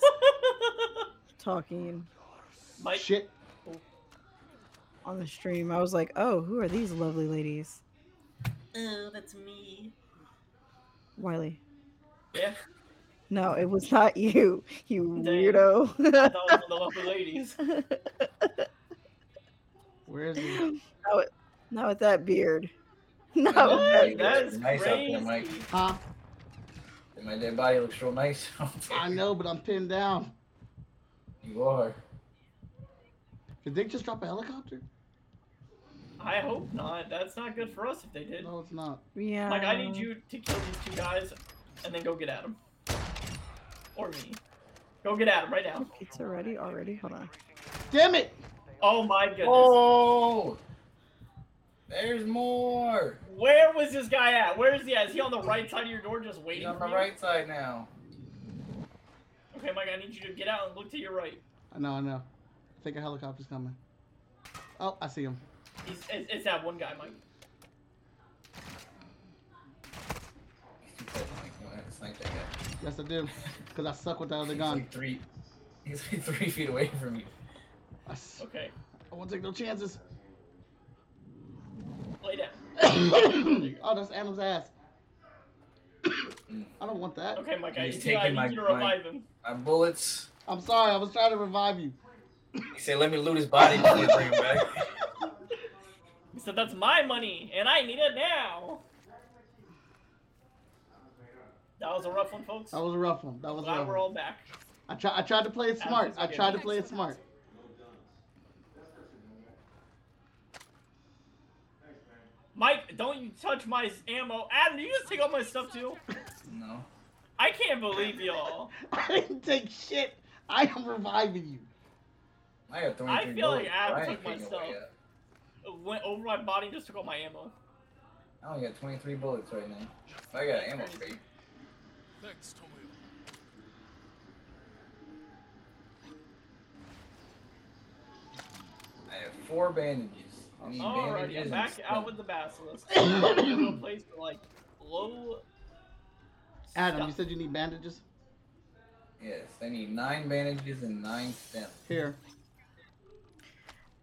H: talking
D: Mike,
B: Shit.
H: on the stream. I was like, "Oh, who are these lovely ladies?"
D: oh, that's me.
H: Wiley.
D: Yeah,
H: No, it was not you, you
D: Damn.
H: weirdo.
D: that was one of the lovely ladies.
B: Where is he?
H: not, with, not with that beard. Not with
D: What?
H: that
F: Mike,
D: That
F: it's
D: is
F: nice out
D: crazy.
F: there, Mike.
B: Huh?
F: And my dead body looks real nice.
B: I know, but I'm pinned down.
F: You are.
B: Did they just drop a helicopter?
D: I hope not. That's not good for us if they did.
B: No, it's not.
H: Yeah.
D: Like, I need you to kill these two guys and then go get at 'em. Or me. Go get at 'em right now.
H: It's already already. Hold on.
B: Damn it!
D: Oh my goodness.
F: Oh! There's more!
D: Where was this guy at? Where is he at? Is he on the right side of your door just
F: He's
D: waiting
F: on
D: for
F: the
D: you?
F: right side now.
D: Okay, Mike, I need you to get out and look to your right.
B: I know, I know. I think a helicopter's coming. Oh, I see him.
D: He's, it's, it's that one guy, Mike.
F: It's like that guy.
B: Yes, I do. Because I suck with that other
F: He's
B: gun.
F: like three. He's like three feet away from you.
B: I, s-
D: Okay,
B: I won't take no chances.
D: lay down.
B: oh, that's Adam's ass. I don't want that.
D: Okay, Mike, I
F: He's
D: need, you, I
F: taking
D: need
F: my-
D: you to
F: my-
D: revive him.
F: My bullets.
B: I'm sorry, I was trying to revive you.
F: He said, "Let me loot his body before you bring him back."
D: He said, that's my money, and I need it now. That was a rough one, folks.
B: That was a rough one. That was a
D: Glad
B: rough.
D: we're
B: One.
D: all back.
B: I, try, I tried to play it
D: Adam's
B: smart. I
D: good.
B: tried to play it smart.
D: Mike, don't you touch my s- ammo. Adam, did you just take all my stuff too?
F: No.
D: I can't believe y'all.
B: I didn't take shit. I am reviving you.
F: I got three.
D: I feel
F: bullets.
D: like Ab
F: I ain't
D: took my
F: taking
D: stuff.
F: away yet.
D: Went over my body and just took all my ammo.
F: I only got 23 bullets right now. I got ammo for you. I have four bandages. I need
D: Alrighty,
F: bandages
D: I'm
F: and
D: back out
F: stuff.
D: with the basilisk. I'm in a place for like low.
B: Adam, you
D: stuff.
B: said you need bandages?
F: Yes, I need nine bandages and nine stems.
B: Here.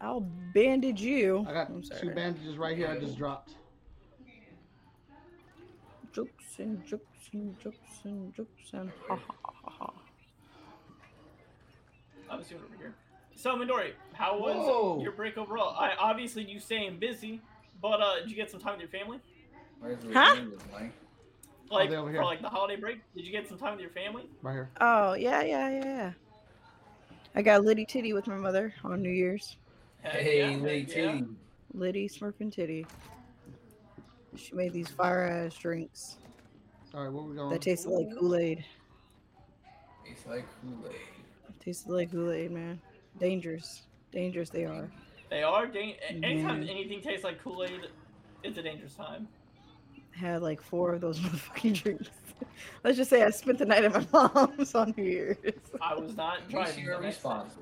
H: I'll bandage you.
B: I got
H: Oh, I'm
B: two
H: sorry.
B: bandages right here I just dropped.
H: jokes and jokes and jokes and jokes and ha
D: Uh-huh.
H: ha ha ha.
D: I'm assuming over here. So Midori, how was
B: Whoa.
D: your break overall? I obviously you staying busy, but uh, did you get some time with your family?
F: Where's the
H: Huh?
F: bandages, Mike?
D: Like
B: they're Oh, over
D: for
B: here.
D: like the holiday break, did you get some time with your family?
B: Right here.
H: Oh yeah yeah yeah yeah. I got Liddy Titty with my mother on New Year's.
D: Heck yeah,
F: Hey,
D: heck
F: Lee
D: yeah.
F: T.
H: Liddy Smurfing Titty. She made these fire ass drinks
B: All right, where we going?
H: that tasted like Kool Aid.
F: Tastes like Kool-Aid.
H: Tasted like Kool Aid, man. Dangerous, dangerous they are.
D: They are. Dan-
B: Mm-hmm.
D: a- anytime
H: Yeah.
D: anything tastes like Kool Aid, it's a dangerous time.
H: had like four of those motherfucking drinks. Let's just say I spent the night at my mom's on New Year's.
D: I was not
F: At least
D: driving.
F: you're
D: the next time.
F: responsible.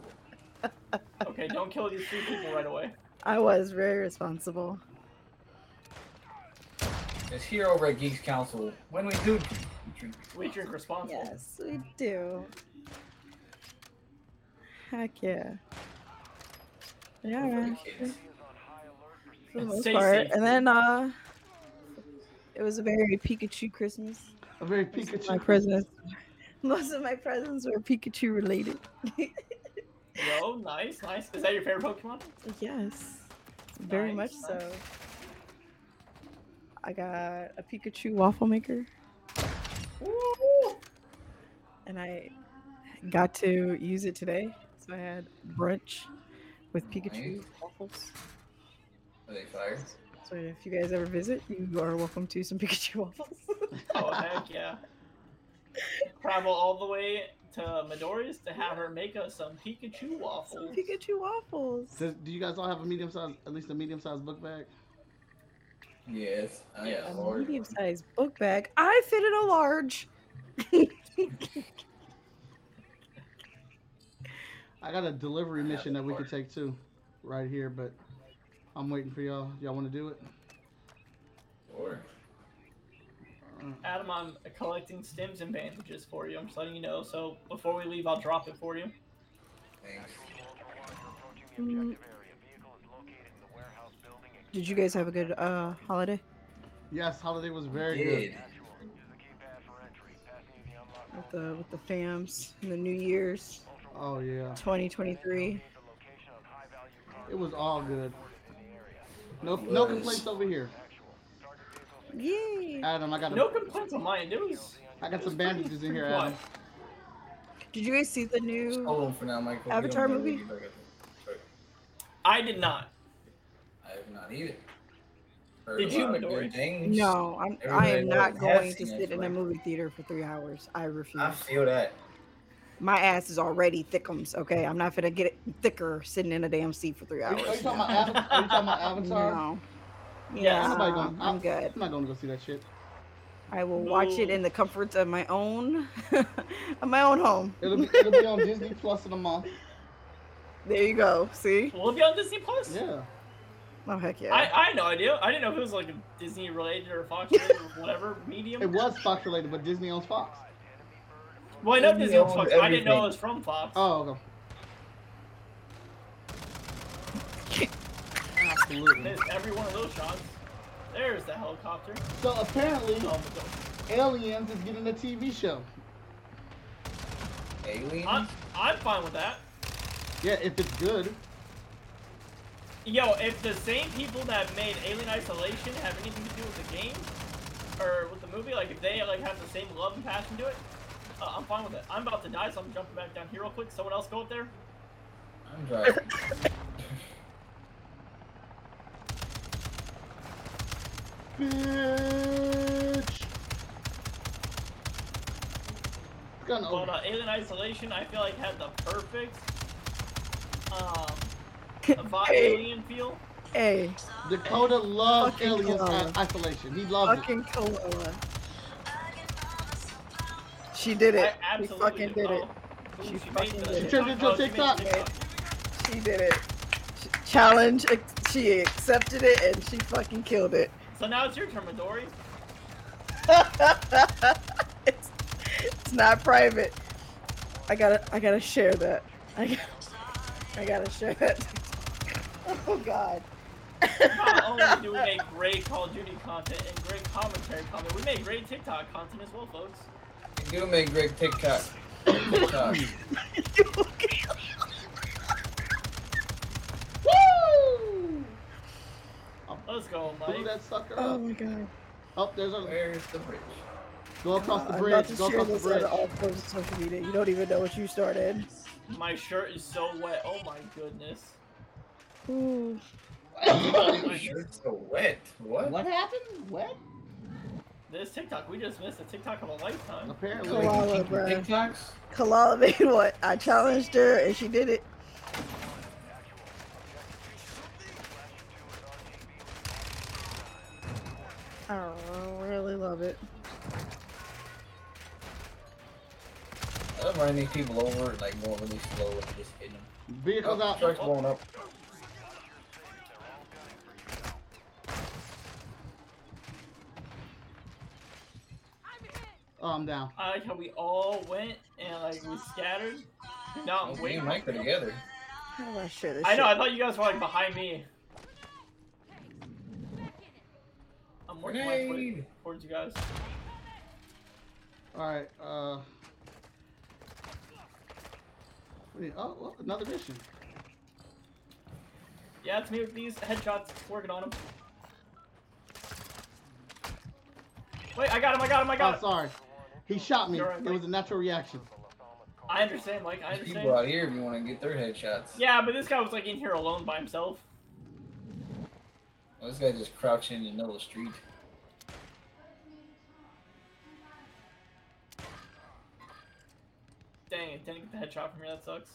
D: Okay, don't kill these three people right away.
H: I was very responsible.
F: It's here over at Geeks Council. When we do drink,
D: We drink responsibly.
H: Yes, we do. Heck yeah. Yeah, for the most
D: Stay
H: part.
D: safe,
H: And then uh, it was a very Pikachu Christmas.
B: A very
H: Most of
B: Pikachu.
H: My presents. Most of my presents were Pikachu related.
D: Yo, nice, nice. Is that your favorite Pokemon?
H: Yes, very much
D: Nice, nice.
H: so. I got a Pikachu waffle maker. And I got to use it today. So I had brunch with Pikachu
F: Nice.
H: waffles.
F: Are they fire?
H: So if you guys ever visit, you are welcome to some Pikachu waffles.
D: Oh heck yeah! Travel all the way to Midori's to have her make us some Pikachu
H: some
D: waffles.
H: Pikachu waffles.
B: Does, do you guys all have a medium size, at least a medium sized book bag?
F: Yes. I got
H: A
F: large.
H: medium sized book bag. I fit in a large.
B: I got a delivery
F: I have
B: mission
F: it
B: that we
F: for
B: could take too, right here. But I'm waiting for y'all. Y'all want to do it?
F: Or
D: Adam, I'm collecting stims and bandages for you. I'm just letting you know. So before we leave, I'll drop it for you.
F: thanks.
H: Did you guys have a good uh holiday?
B: Yes, holiday was very
F: Did.
B: good.
H: With the with the fams and the New Year's
B: Oh yeah,
H: 2023.
B: it was all good. No, no complaints over here.
H: Yay!
B: Adam, I got a,
D: No complaints on mine. It was.
B: I got some
D: it was pretty
B: bandages in here,
D: simple.
B: Adam.
H: Did you guys see the new
F: Hold on for now, Michael. We
H: Avatar
F: don't know
H: movie?
F: when you back up.
D: I did not.
F: I have not either. Heard
D: Did
F: a
D: you,
F: lot of good
D: Midori?
F: things.
H: No, I'm I
F: Everybody
H: am not
F: knows
H: going to
F: Haskins,
H: sit in a
F: right?
H: movie theater for three hours. I refuse.
F: I feel that.
H: My ass is already thickums, okay? I'm not gonna get it thicker sitting in a damn seat for three
B: Are you, are you
H: hours.
B: talking about Avatar? Are you talking about Avatar?
H: No.
D: Yeah,
H: Yeah,
B: Nobody gonna-
H: I'm good.
B: I'm not gonna go see that shit.
H: I will watch it in the comforts of my own, of my own home.
B: It'll be, it'll be on Disney Plus in a month.
H: There you go. See?
D: Will it be on Disney Plus?
B: Yeah.
H: Oh heck yeah.
D: I, I had no idea. I didn't know if it was like a Disney related or Fox related or whatever medium.
B: It was Fox related, but Disney owns Fox.
D: Well, I know
F: Disney
D: Disney owns
F: owns
D: Fox. I didn't know
F: everything.
D: it was from Fox.
B: Oh, okay. Absolutely.
D: Missed every one of those shots. There's the helicopter.
B: So apparently,
D: Oh, my God.
B: Aliens is getting a TV show.
F: Aliens?
D: I'm, I'm fine with that.
B: Yeah, if it's good.
D: Yo, if the same people that made Alien Isolation have anything to do with the game or with the movie, like if they like have the same love and passion to it, uh, I'm fine with it. I'm about to die, so I'm jumping back down here real quick. Someone else go up there.
F: I'm driving.
B: Bitch. Gun
D: But
B: over.
D: uh, Alien Isolation, I feel like had the perfect um, vi-
H: Hey.
D: alien feel.
H: hey,
B: Dakota loves
H: Fucking
B: Aliens
H: Koala.
B: i- Isolation. He loves it.
H: fucking Koala. She did
D: I
H: it. She
D: absolutely
H: fucking did it.
D: Oh,
H: She
D: made
H: fucking
D: the
H: did it.
B: She turned into a
D: oh, made the
B: TikTok.
H: She did it. Ch- Challenge. ac- She accepted it and she fucking killed it.
D: So now it's your turn, Midori.
H: it's, it's not private. I gotta I gotta share that. I gotta, I gotta share that. Oh god.
D: Not only do we make great Call of Duty content and great commentary content, we make great TikTok content as well, folks.
F: You do make great TikTok. TikTok.
B: Woo!
D: Let's go,
B: Blew
D: Mike.
B: that sucker
H: Oh
B: up.
H: my god.
B: Oh, there's a.
F: Where's the bridge?
B: Go across the
H: I'm about
B: bridge.
H: to
B: Go
H: share
B: across the
H: this on
B: bridge.
H: all forms of social media. You don't even know what you started.
D: My shirt is so wet. Oh my goodness.
H: Ooh.
F: My shirt's so wet. What?
B: What happened? What?
D: This TikTok, we just missed a TikTok of a lifetime.
B: Apparently.
H: Koala, bruh.
F: TikToks?
H: Koala made what? I challenged her and she did it. I really love it.
F: I love running these people over and like going really slow and just hitting them.
B: Vehicles
F: Oh,
B: out.
F: Truck's blowing up.
B: Oh, I'm down.
D: I like how we all went and like we scattered. Now
F: Oh,
D: I'm
F: we and
D: waiting.
F: Mike are together.
H: How do I share this?
D: I know,
H: shit?
D: I thought you guys were like behind me. I'm working my way
F: Grenade.
D: towards you guys.
B: Alright, uh. wait, Oh, well, another mission.
D: Yeah, it's me with these headshots. It's working on them. Wait, I got him, I got him, I got
B: Oh,
D: him.
B: sorry. He shot me.
D: You're right,
B: It was a natural reaction.
D: I understand, Mike. I
F: There's
D: understand.
F: people out here if you want to get their headshots.
D: Yeah, but this guy was like in here alone by himself.
F: Well, this guy just crouching in the middle of the street.
D: Dang, it didn't get the headshot from here. That sucks.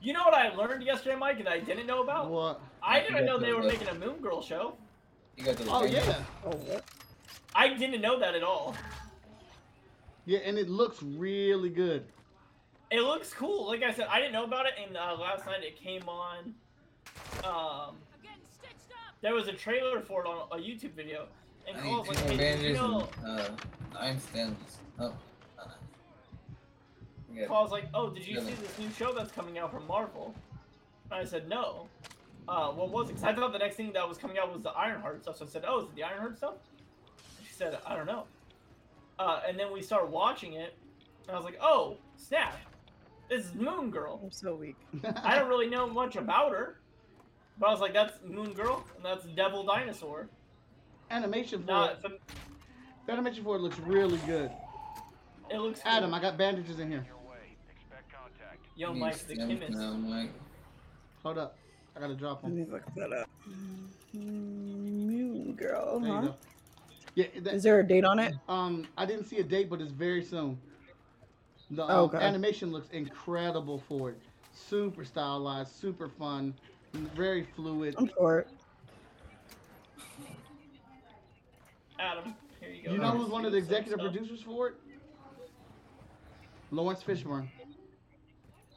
D: You know what I learned yesterday, Mike, that I didn't know about?
B: What?
D: I didn't know they were making a Moon Girl show.
F: You got those
B: Oh
F: green-
B: yeah,
H: Oh, what?
D: I didn't know that at all.
B: yeah, and it looks really good.
D: It looks cool. Like I said, I didn't know about it, and uh, last night it came on. Um, there was a trailer for it on a YouTube video, and
F: I
D: Cole
F: need
D: was like,
F: two more
D: "Hey, did you
F: bandages
D: know?"
F: and uh, nine stems. Oh. Uh, we got-
D: Paul's like, "Oh, did you
F: Yeah.
D: see this new show that's coming out from Marvel?" And I said, "No." Uh, what was it? 'Cause I thought the next thing that was coming out was the Ironheart stuff. So I said, "Oh, is it the Ironheart stuff?" And she said, "I don't know." Uh, and then we started watching it, and I was like, "Oh, snap! This is Moon Girl."
H: I'm so weak.
D: I don't really know much about her, but I was like, that's Moon Girl and that's Devil Dinosaur.
B: animation for
D: Not,
B: it, the animation for it looks really good.
D: it looks. Cool.
B: Adam, I got bandages in here.
G: Your way. Expect contact.
D: Yo,
F: we need
D: Mike, the
F: stems
D: chemist.
F: now, Mike.
B: Hold up, I gotta drop
H: Let
B: them.
H: me look that up. Moon Girl,
B: There you
H: huh?
B: go. Yeah, that,
H: Is there a date on it?
B: Um, I didn't see a date, but it's very soon. The um,
H: Oh, okay.
B: animation looks incredible for it. Super stylized, super fun, very fluid.
H: I'm for it.
D: Adam, here you go. Oh,
B: You know who's one of the
D: Some stuff.
B: executive producers for it? Lawrence Fishburne.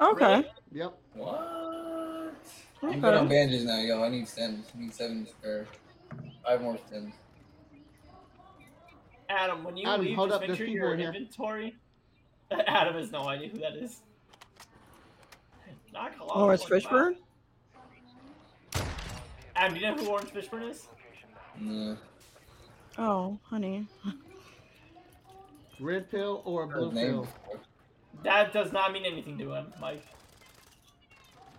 H: Okay.
D: Really?
B: Yep.
F: What?
H: Okay.
F: I'm good on bandages now, yo. I need stems. I need seven or five more stems.
D: Adam, when you
B: Adam,
D: leave,
B: hold
D: just
B: up,
D: make
B: there's
D: sure
B: people
D: your
B: in here.
D: inventory. Adam has no idea who that is. Knock a lot of
H: Lawrence
D: people out.
H: Fishburne?
D: Adam, do you know who Lawrence Fishburne is?
F: No.
H: Oh, honey.
B: Red pill or a blue
F: Heard name
B: pill?
F: before.
D: That does not mean anything to him, Mike.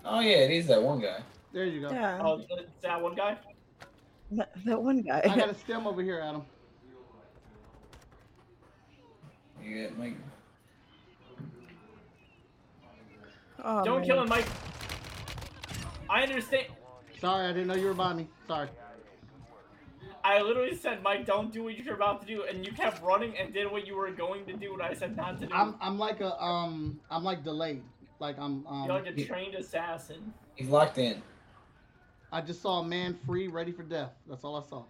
F: Oh yeah, it is that one guy.
B: There you go.
H: Yeah.
D: Oh, it's that one guy.
H: That, that one guy.
B: I got a stem over here, Adam.
F: You got Mike.
H: Oh,
D: Don't
H: man.
D: kill him, Mike. I understand.
B: Sorry, I didn't know you were by me. Sorry.
D: I literally said, Mike, don't do what you're about to do, and you kept running and did what you were going to do, and I said not to do.
B: I'm I'm like a um I'm like delayed. Like I'm
D: you're
B: um
D: like a trained assassin.
F: He's locked in.
B: I just saw a man free, ready for death. That's all I saw.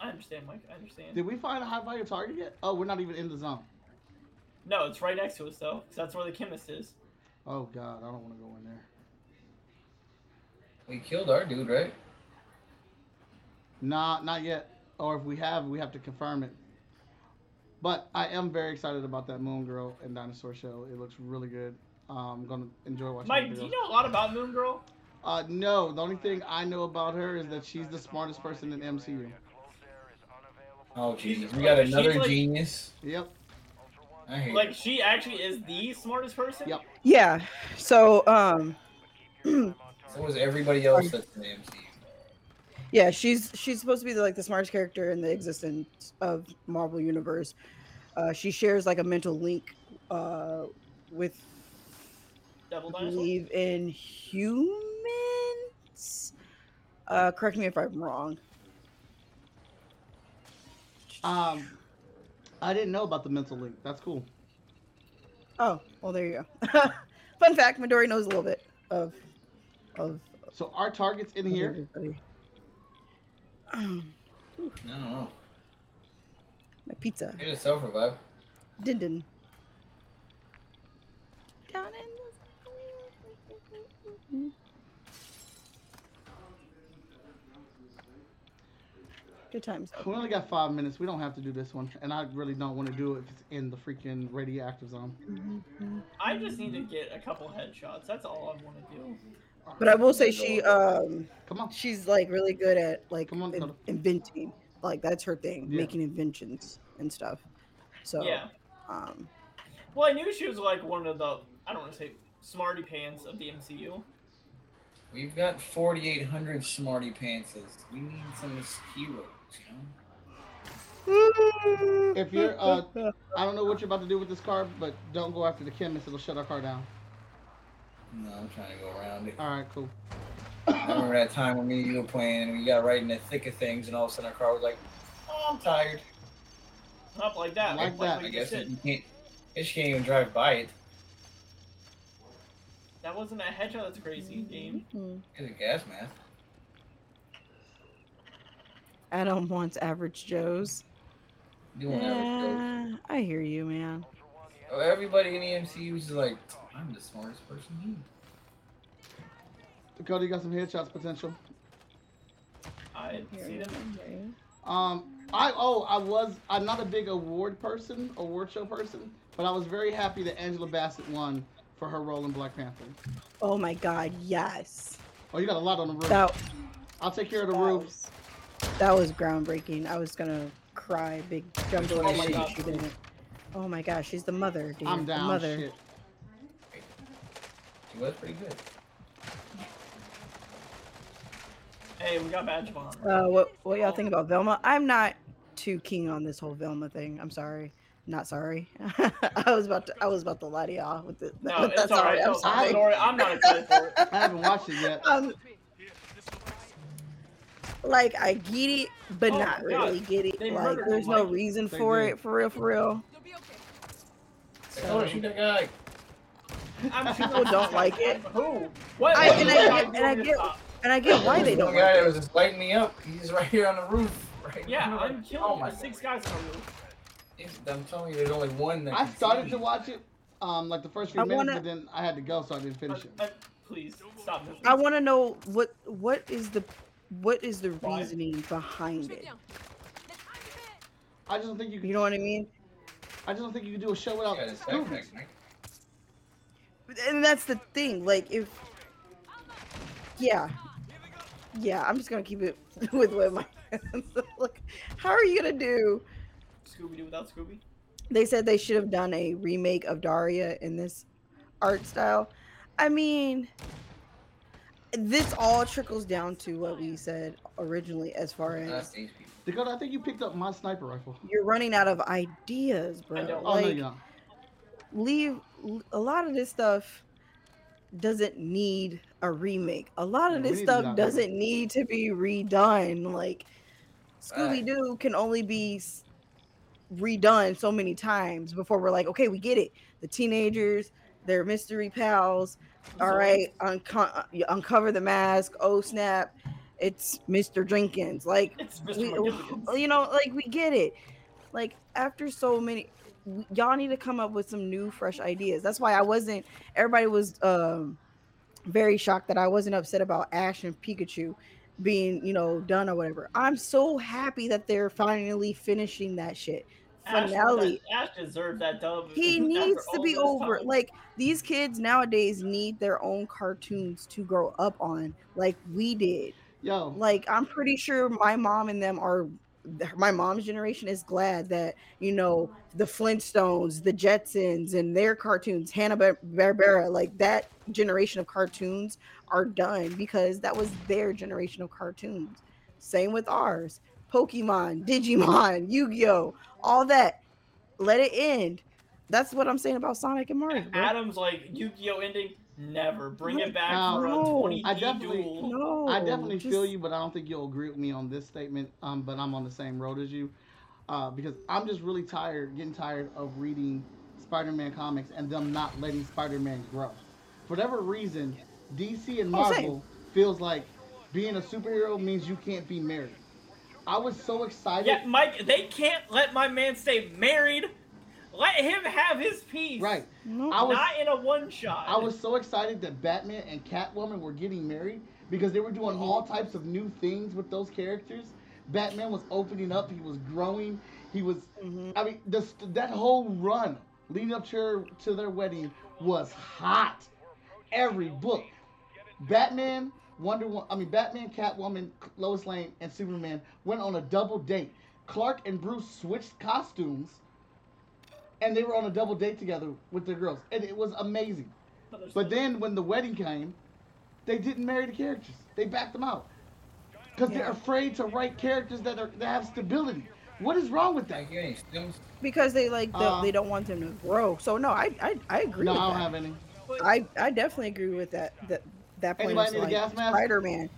D: I understand, Mike. I understand.
B: Did we find a high value target yet? Oh, we're not even in the zone.
D: No, it's right next to us though, 'cause that's where the chemist is.
B: Oh God, I don't want to go in there.
F: We killed our dude, right?
B: Nah, not yet. Or if we have, we have to confirm it. But I am very excited about that Moon Girl and Dinosaur show. It looks really good. Uh, I'm gonna enjoy watching. the
D: Mike, do
B: video.
D: you know a lot about Moon Girl?
B: Uh, no, the only thing I know about her is that she's the smartest person in MCU.
F: Oh Jesus,
D: Jesus
F: we got
D: Christ, she's
F: another
D: like-
F: genius.
B: Yep.
F: I hate.
D: Like, she actually is the smartest person.
B: Yep.
H: Yeah. So, um,
F: So was everybody else that's in the MCU.
H: yeah, she's she's supposed to be the, like the smartest character in the existence of Marvel Universe. Uh, she shares like a mental link uh, with
D: Devil
H: I
D: dinosaur.
H: believe in humans. Uh, correct me if I'm wrong.
B: Um, I didn't know about the mental link. That's cool.
H: Oh, well, there you go. Fun fact: Midori knows a little bit of of
B: So our target's in
H: of
B: here.
H: everybody. Um,
F: I don't know.
H: my pizza.
F: Get a self revive.
H: Din din. Down in. Good times.
B: We only got five minutes. We don't have to do this one, and I really don't want to do it if it's in the freaking radioactive zone.
H: Mm-hmm.
D: I just need to get a couple headshots. That's all I want to do.
H: But I will say she um
B: Come on.
H: she's like really good at like
B: Come on,
H: in-
B: Toto.
H: inventing. Like that's her thing,
B: Yeah.
H: making inventions and stuff. So
D: Yeah.
H: um
D: Well, I knew she was like one of the I don't want to say smarty pants of the MCU.
F: We've got 4,800 smarty pantses. We need some heroes, you know?
B: If you're, uh, I don't know what you're about to do with this car, but don't go after the chemist. It'll shut our car down.
F: No, I'm trying to go around it.
B: All right, cool.
F: I remember that time when me and you were playing and we got right in the thick of things and all of a sudden our car was like, oh, I'm tired.
D: Up like that.
B: Like that.
F: I
D: you
F: guess
D: said.
F: it, you can't, it just can't even drive by it.
D: That wasn't a hedgehog. That's crazy
H: Mm-hmm.
D: game.
F: It's a gas mask.
H: Adam wants average Joes.
F: You won't have it,
H: Yeah, I hear you, man.
F: though. Oh, Everybody in the MCU is like, I'm the smartest person here.
B: Dakota, you got some headshots potential.
D: I
H: Hear
D: see
H: you.
D: them.
H: Hear you.
B: Um, I oh, I was I'm not a big award person, award show person, but I was very happy that Angela Bassett won for her role in Black Panther.
H: Oh my God, yes.
B: Oh, you got a lot on the roof.
H: That,
B: I'll take care of
H: that
B: the roof.
H: was, that was groundbreaking. I was gonna cry, big jumbo.
F: Which
H: Oh
F: one
H: my
F: is
H: God,
F: she?
H: she didn't. Oh my gosh, she's the mother, dude.
B: I'm
H: the
B: down.
H: mother.
B: Shit.
F: She was pretty good.
D: Hey, we got badge of honor.
H: Uh, what what y'all think about Velma? I'm not too keen on this whole Velma thing. I'm sorry, not sorry. I was about to I was about to lie to y'all with it.
D: no,
H: that's
D: it's all right.
H: I'm
D: No,
H: sorry.
D: don't worry. I'm not excited for it.
B: I haven't watched it yet.
H: Um, like I get it, but
D: Oh my
H: not
D: God.
H: really get it.
D: They
H: Like
D: murdered
H: there's
D: him,
H: no
D: like,
H: reason
B: they
H: for
B: did.
H: it, for real, for real.
F: Oh, shoot that guy.
D: I'm sure
B: People
H: don't like it.
D: Who? What?
H: I-
D: what
H: and
D: the
H: I
D: fuck is
H: get- and I
D: this
H: get-
D: up?
H: And I get why they
F: There's
H: don't
F: one guy
H: like
F: that
H: it.
F: was just lighting me up. He's right here on the roof. Right
D: Yeah,
F: now.
D: I'm
F: Oh
D: killing
F: my
D: six guys on the roof.
F: It's- I'm telling you, there's only one that
B: I
F: can
B: started
F: see
B: to
F: me.
B: watch it, um, like the first few
H: I
B: minutes,
H: wanna-
B: but then I had to go, so I didn't finish it.
D: Uh, uh, please stop this.
H: I want to know what what is the what is the
D: Why?
H: reasoning behind it?
B: I just don't think you
H: You
B: can.
H: know what I mean?
B: I just don't think you can do a show without
F: Yeah, it's
B: Scooby.
F: backpack, right?
H: and that's the thing like if yeah yeah i'm just gonna keep it with with my look how are you gonna do
D: Scooby Doo without Scooby.
H: they said they should have done a remake of daria in this art style i mean this all trickles down to what we said originally as far
B: Uh,
F: That's
H: as
F: these people.
B: Dakota, I think you picked up my sniper rifle.
H: you're running out of ideas bro
B: Oh
D: don't.
B: no,
H: like
B: you don't.
H: leave a lot of this stuff doesn't need a remake. A lot of
B: No, we
H: this
B: need to
H: stuff
B: not do it.
H: doesn't need to be redone. Like Scooby Doo can only be s- redone so many times before we're like, okay, we get it. The teenagers, their mystery pals. All right, unco- uh, you uncover the mask. Oh snap, it's Mr. Jenkins. Like
D: It's
H: we,
D: Mr.
H: w-
D: McGilligans.
H: you know, like we get it. Like after so many, w- y'all need to come up with some new, fresh ideas. That's why I wasn't. Everybody was um very shocked that I wasn't upset about Ash and Pikachu being, you know, done or whatever. I'm so happy that they're finally finishing that shit.
D: Ash,
H: Finale.
D: Ash deserved that dub.
H: He
D: after
H: needs to
D: all
H: be
D: this
H: over.
D: time.
H: Like these kids nowadays need their own cartoons to grow up on, like we did.
B: Yo,
H: Like I'm pretty sure my mom and them are my mom's generation is glad that you know the Flintstones, the Jetsons, and their cartoons, Hanna Barbera, like that generation of cartoons are done because that was their generation of cartoons. Same with ours. Pokemon, Digimon, Yu-Gi-Oh, all that. Let it end. That's what I'm saying about Sonic and Mario. bro.
D: Adam's like Yu-Gi-Oh ending. Never bring it back
B: No.
D: for a
H: No.
D: 20
B: I definitely-
D: duel.
H: No,
B: I definitely feel
H: just-
B: you, but I don't think you'll agree with me on this statement. Um, but I'm on the same road as you, uh, because I'm just really tired, getting tired of reading Spider-Man comics and them not letting Spider-Man grow. For whatever reason, DC and
H: Oh, same.
B: Marvel feels like being a superhero means you can't be married. I was so excited.
D: Yeah, Mike, they can't let my man stay married. Let him have his peace.
B: Right.
H: No.
B: I was-
D: Not in a one shot.
B: I was so excited that Batman and Catwoman were getting married because they were doing all types of new things with those characters. Batman was opening up, he was growing, he was.
H: Mhm.
B: I mean, this, that whole run leading up to, her, to their wedding was hot. Every book, Batman, Wonder Woman, I mean Batman, Catwoman, Lois Lane, and Superman went on a double date. Clark and Bruce switched costumes, and they were on a double date together with their girls, and it was amazing. But then when the wedding came, they didn't marry the characters. They backed them out because they're
H: Yeah.
B: afraid to write characters that are that have stability. What is wrong with that?
F: Like, you ain't Sims.
H: because they like the,
B: Uh,
H: they don't want them to grow. So no, I I, I agree.
B: No,
H: with
B: I
H: that.
B: don't have any.
H: I, I definitely agree with that. That that point
B: Anybody
H: is
B: need a
H: like
B: gas mask?
H: Spider-Man.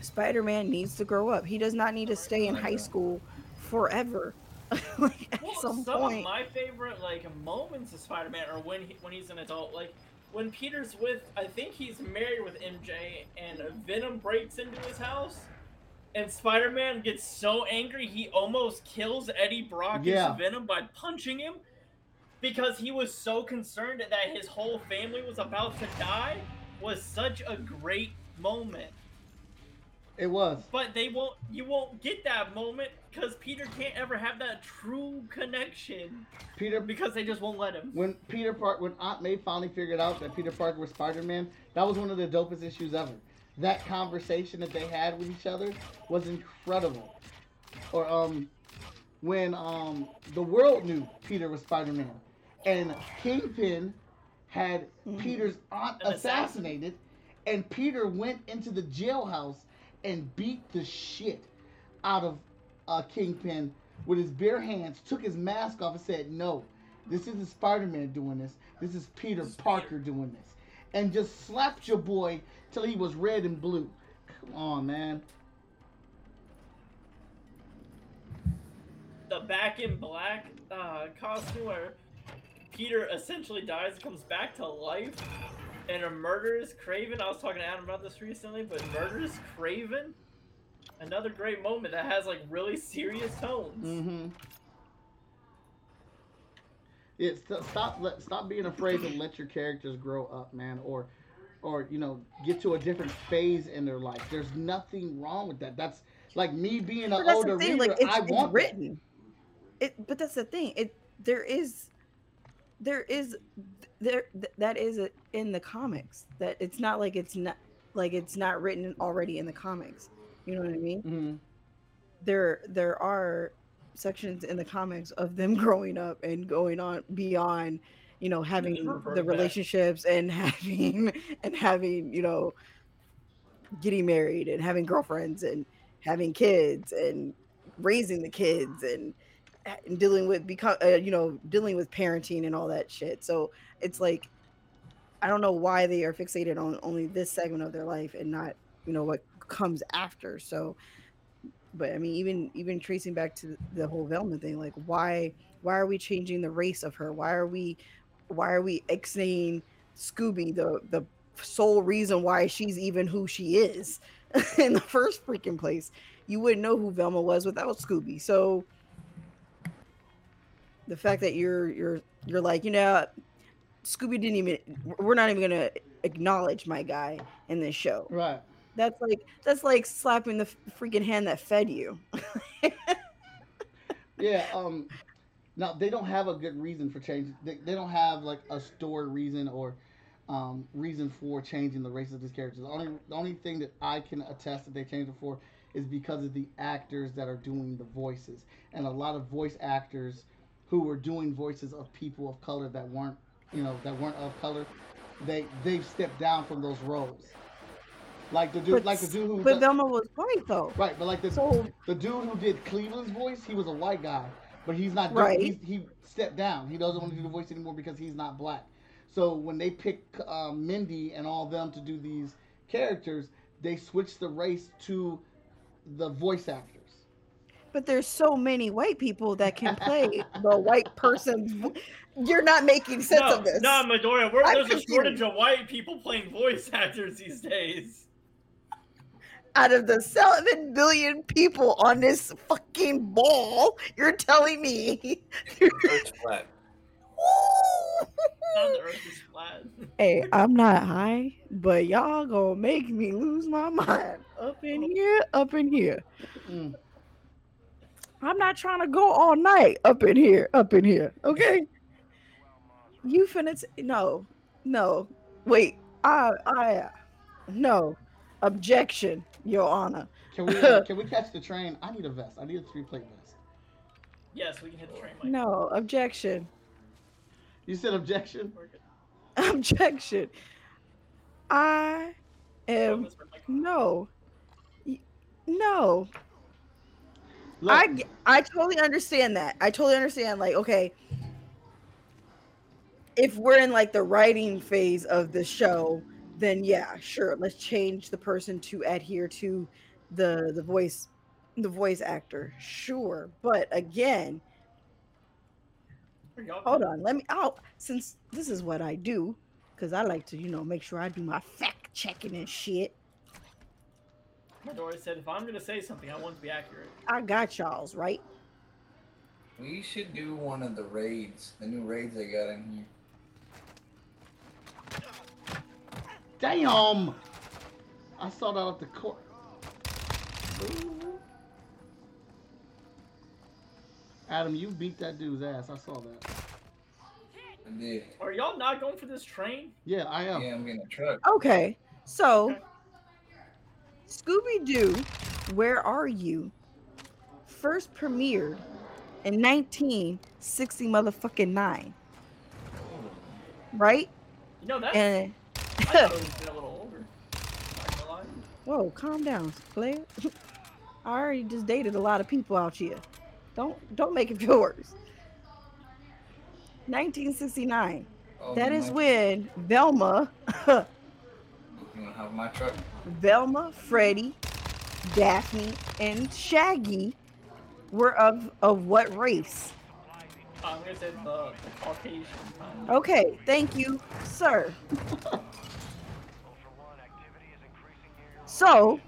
H: Spider-Man needs to grow up. He does not need to stay in high school forever. like at
D: Well,
H: some,
D: of
H: point,
D: my favorite like moments of Spider-Man are when he, when he's an adult, like when Peter's with I think he's married with MJ, and Venom breaks into his house, and Spider-Man gets so angry he almost kills Eddie Brock
B: Yeah.
D: as Venom by punching him because he was so concerned that his whole family was about to die. Was such a great moment.
B: It was.
D: But they won't. You won't get that moment because Peter can't ever have that true connection
B: Peter
D: because they just won't let him.
B: when Peter Park when Aunt May finally figured out that Peter Parker was Spider Man, that was one of the dopest issues ever. That conversation that they had with each other was incredible. Or um when um the world knew Peter was Spider Man and Kingpin had Peter's aunt
D: An assassin.
B: assassinated and Peter went into the jailhouse and beat the shit out of uh, Kingpin with his bare hands, took his mask off, and said, No, this isn't Spider Man doing this. This is Peter Parker doing this. And just slapped your boy till he was red and blue. Come on, man.
D: The back in black uh, costume where Peter essentially dies, comes back to life, and a murderous Craven. I was talking to Adam about this recently, but murderous Craven, another great moment that has like really serious tones.
B: Mm-hmm. Yeah, st- stop let, stop being afraid to let your characters grow up, man, or or you know, get to a different phase in their life. There's nothing wrong with that. That's like me being
H: but
B: an
H: that's the
B: older
H: thing.
B: reader.
H: Like it's,
B: I
H: it's
B: want that.
H: written. It, but that's the thing. It there is, there is, there th- that is a, in the comics. That it's not like it's not like it's not written already in the comics. You know what I mean?
B: Mhm.
H: there there are sections in the comics of them growing up and going on beyond you know having
D: revert
H: the
D: back.
H: relationships and having and having you know getting married and having girlfriends and having kids and raising the kids and, and dealing with become uh, you know dealing with parenting and all that shit so it's like i don't know why they are fixated on only this segment of their life and not you know what comes after so but i mean even even tracing back to the whole velma thing like why why are we changing the race of her why are we why are we exiting scooby the the sole reason why she's even who she is in the first freaking place you wouldn't know who velma was without scooby so the fact that you're you're you're like you know scooby didn't even we're not even gonna acknowledge my guy in this show
B: Right.
H: that's like that's like slapping the f- freaking hand that fed you.
B: Yeah. Um. Now they don't have a good reason for change. They, they don't have like a story reason or um, reason for changing the race of these characters. The only the only thing that I can attest that they changed it for is because of the actors that are doing the voices and a lot of voice actors who were doing voices of people of color that weren't you know that weren't of color. They they've stepped down from those roles. Like the dude,
H: But
B: like the
H: s-
B: dude who
H: But
B: does-
H: Velma was white though.
B: Right, but like this,
H: So-
B: the dude who did Cleveland's voice, he was a white guy, but he's not.
H: Right.
B: Doing, he's, he stepped down. He doesn't want to do the voice anymore because he's not black. So when they pick um, Mindy and all them to do these characters, they switch the race to the voice actors.
H: But there's so many white people that can play the white person's. vo- You're not making sense
D: no,
H: of this.
D: no, Midoriya, we're,
H: I'm
D: there's a shortage
H: confused.
D: of white people playing voice actors these days.
H: Out of the seven billion people on this fucking ball, you're telling me.
F: Earth's flat.
D: Not the Earth is flat.
H: hey, I'm not high, but y'all gonna make me lose my mind up in here, up in here.
B: Mm.
H: I'm not trying to go all night up in here, up in here. Okay. You finna t- no, no. Wait, I, I, no. Objection, Your Honor.
B: Can we uh, can we catch the train? I need a vest. I need a three plate vest.
D: Yes, we can hit the train. Mike.
H: No objection,
B: You said objection.
D: We're good.
H: objection. I
D: Oh,
H: am
D: Mr. Mike.
H: no, Y- no.
B: Look,
H: I g- I totally understand that. I totally understand. Like, okay, if we're in like the writing phase of the show, then yeah, sure, let's change the person to adhere to the the voice the voice actor. Sure, but again,
D: Here you go.
H: hold on. Let me out since this is what I do because I like to you know make sure I do my fact checking and shit.
D: Midori said, if I'm going to say something, I want it to be accurate.
H: I got y'all's right.
F: We should do one of the raids, the new raids they got in here.
B: damn! I saw that at the court. Adam, you beat that dude's ass. I saw that.
F: I did.
D: Are y'all not going for this train?
B: Yeah, I
H: Oh.
B: am.
F: Yeah, I'm getting a truck.
H: Okay, so
D: Okay.
H: Scooby Doo, Where Are You? First premiered in 1960 motherfucking nine, right?
D: You know, that's.
H: And
D: I thought it was been a little older. Not gonna lie.
H: whoa, calm down, Blair. I already just dated a lot of people out here. Don't don't make it feel worse. 1969.
F: Oh,
H: That
F: my-
H: is when Velma
F: You wanna have my truck?
H: Velma, Freddy, Daphne, and Shaggy were of of what race?
D: I'm going to say the, the Caucasian kind.
H: Okay, thank you, sir.
G: Ultra One, activity is increasing near your
H: So,
G: location.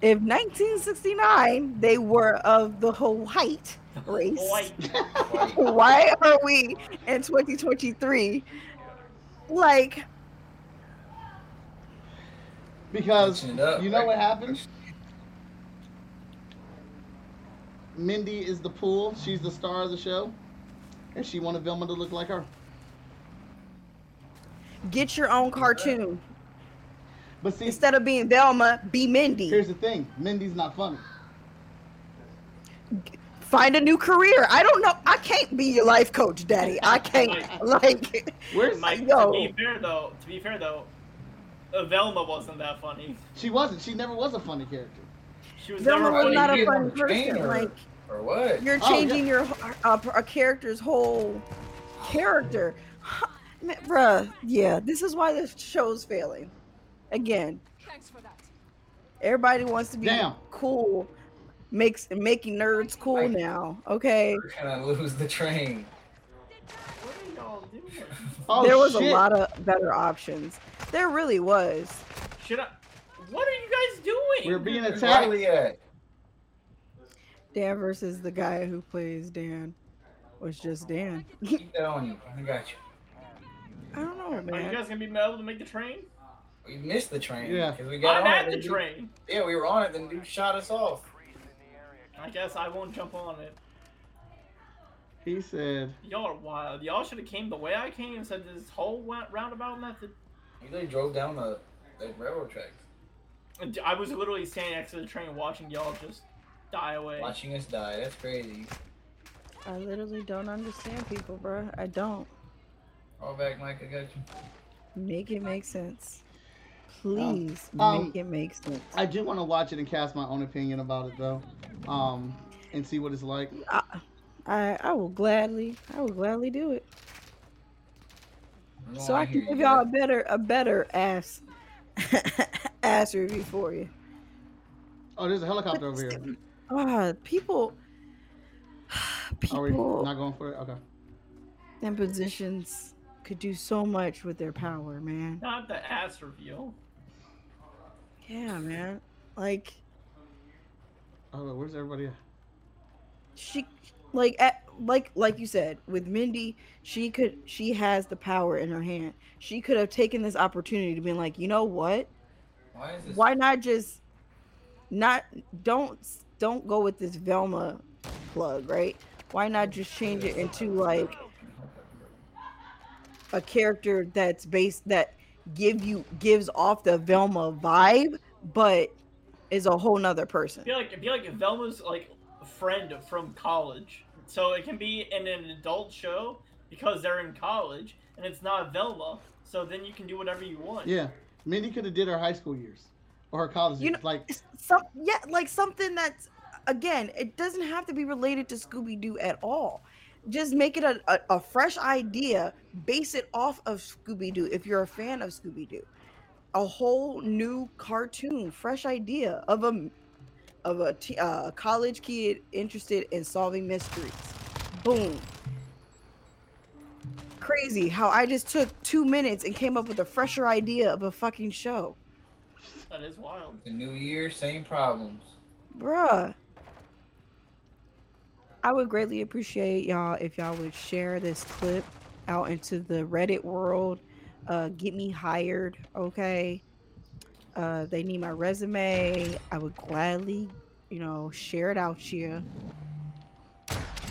G: Stay alert.
H: if 1969 they were of the white race,
D: White.
F: White.
H: why are we in 2023? Like,
B: Because
F: Switching it up,
B: you know
F: right?
B: what happens? Mindy is the pool. She's the star of the show, and she wanted Velma to look like her.
H: get your own cartoon
B: But see,
H: instead of being Velma, be Mindy.
B: here's the thing: Mindy's not funny.
H: Find a new career. I don't know. I can't be your life coach, Daddy. I can't. Like.
B: Where's
D: Mike, to
H: Yo.
D: be fair though, to be fair though, uh, Velma wasn't that funny.
B: she? Wasn't she? Never was a funny character.
D: She was
H: Velma
D: never
H: was
F: Why
D: funny.
H: not
F: you
H: a
F: get
H: fun
F: on the train
H: person,
F: Or,
H: like-
F: or what?
H: You're
B: Oh, yeah.
H: changing your uh, a character's whole character, Huh, man, bruh. Yeah, this is why the show's failing. Again,
I: Thanks for that.
H: everybody wants to be
B: Damn.
H: cool, makes making nerds cool
F: Right.
H: now. Okay,
F: We're gonna lose the train.
D: What are y'all doing?
B: Oh,
H: there was
B: shit.
H: a lot of better options. There really was.
D: Should I? What are you guys doing?
B: We're being
F: Where's
B: attacked.
F: Riley at?
H: Dan versus the guy who plays Dan was just Dan.
F: Keep that on you. I got you.
H: I don't know,
D: Are you
H: man.
D: guys gonna be able to make the train?
F: We missed the train.
B: Yeah.
F: 'cause we got
D: I'm
F: on
D: at
F: it,
D: the
F: dude.
D: train.
F: Yeah, we were on it. Then dude shot us off.
G: Increase in the area.
D: I guess I won't jump on it.
B: He said,
D: Y'all are wild. Y'all should have came the way I came and said this whole wa- roundabout method.
F: We literally drove down the, the railroad tracks,
D: And I was literally standing next to the train watching y'all just die away.
F: watching us die. That's crazy.
H: I literally don't understand people, bruh. I don't.
F: All back, Mike. I got you.
H: Make it make sense. Please
B: um,
H: make it make sense.
B: "I do want to watch it and cast my own opinion about it though, um, and see what it's like."
H: I I will gladly I will gladly do it.
F: No,
H: so I can
F: hear
H: give
F: you.
H: y'all a better a better ass ass review for you.
B: Oh, there's a
H: But
B: helicopter over here.
H: still- Ah, people
B: Are we
H: people
B: not going for it? Okay.
H: in positions could do so much with their power, man.
D: Not the ass reveal.
H: Yeah, man. Like
B: Oh, where's everybody at?
H: she like at, like like you said with Mindy, she could she has the power in her hand. She could have taken this opportunity to be like, "You know what?
F: Why is this?
H: why not just not don't don't go with this Velma plug, right? Why not just change it into like a character that's based that give you gives off the Velma vibe, but is a whole nother person.
D: It'd be like it'd be like Velma's like friend from college. So it can be in an adult show because they're in college and it's not Velma. So then you can do whatever you want.
B: Yeah, Mindy could have did her high school years or her college
H: You
B: years.
H: know-
B: like
H: Some yeah, like something that's again, it doesn't have to be related to Scooby Doo at all. Just make it a, a, a fresh idea, base it off of Scooby Doo if you're a fan of Scooby Doo. A whole new cartoon, fresh idea of a of a t- uh, college kid interested in solving mysteries. Boom. Crazy how I just took two minutes and came up with a fresher idea of a fucking show.
D: That is wild.
F: The new year, same problems.
H: Bruh. I would greatly appreciate y'all if y'all would share this clip out into the Reddit world. Uh, get me hired, okay? Uh, they need my resume. I would gladly, you know, share it out here.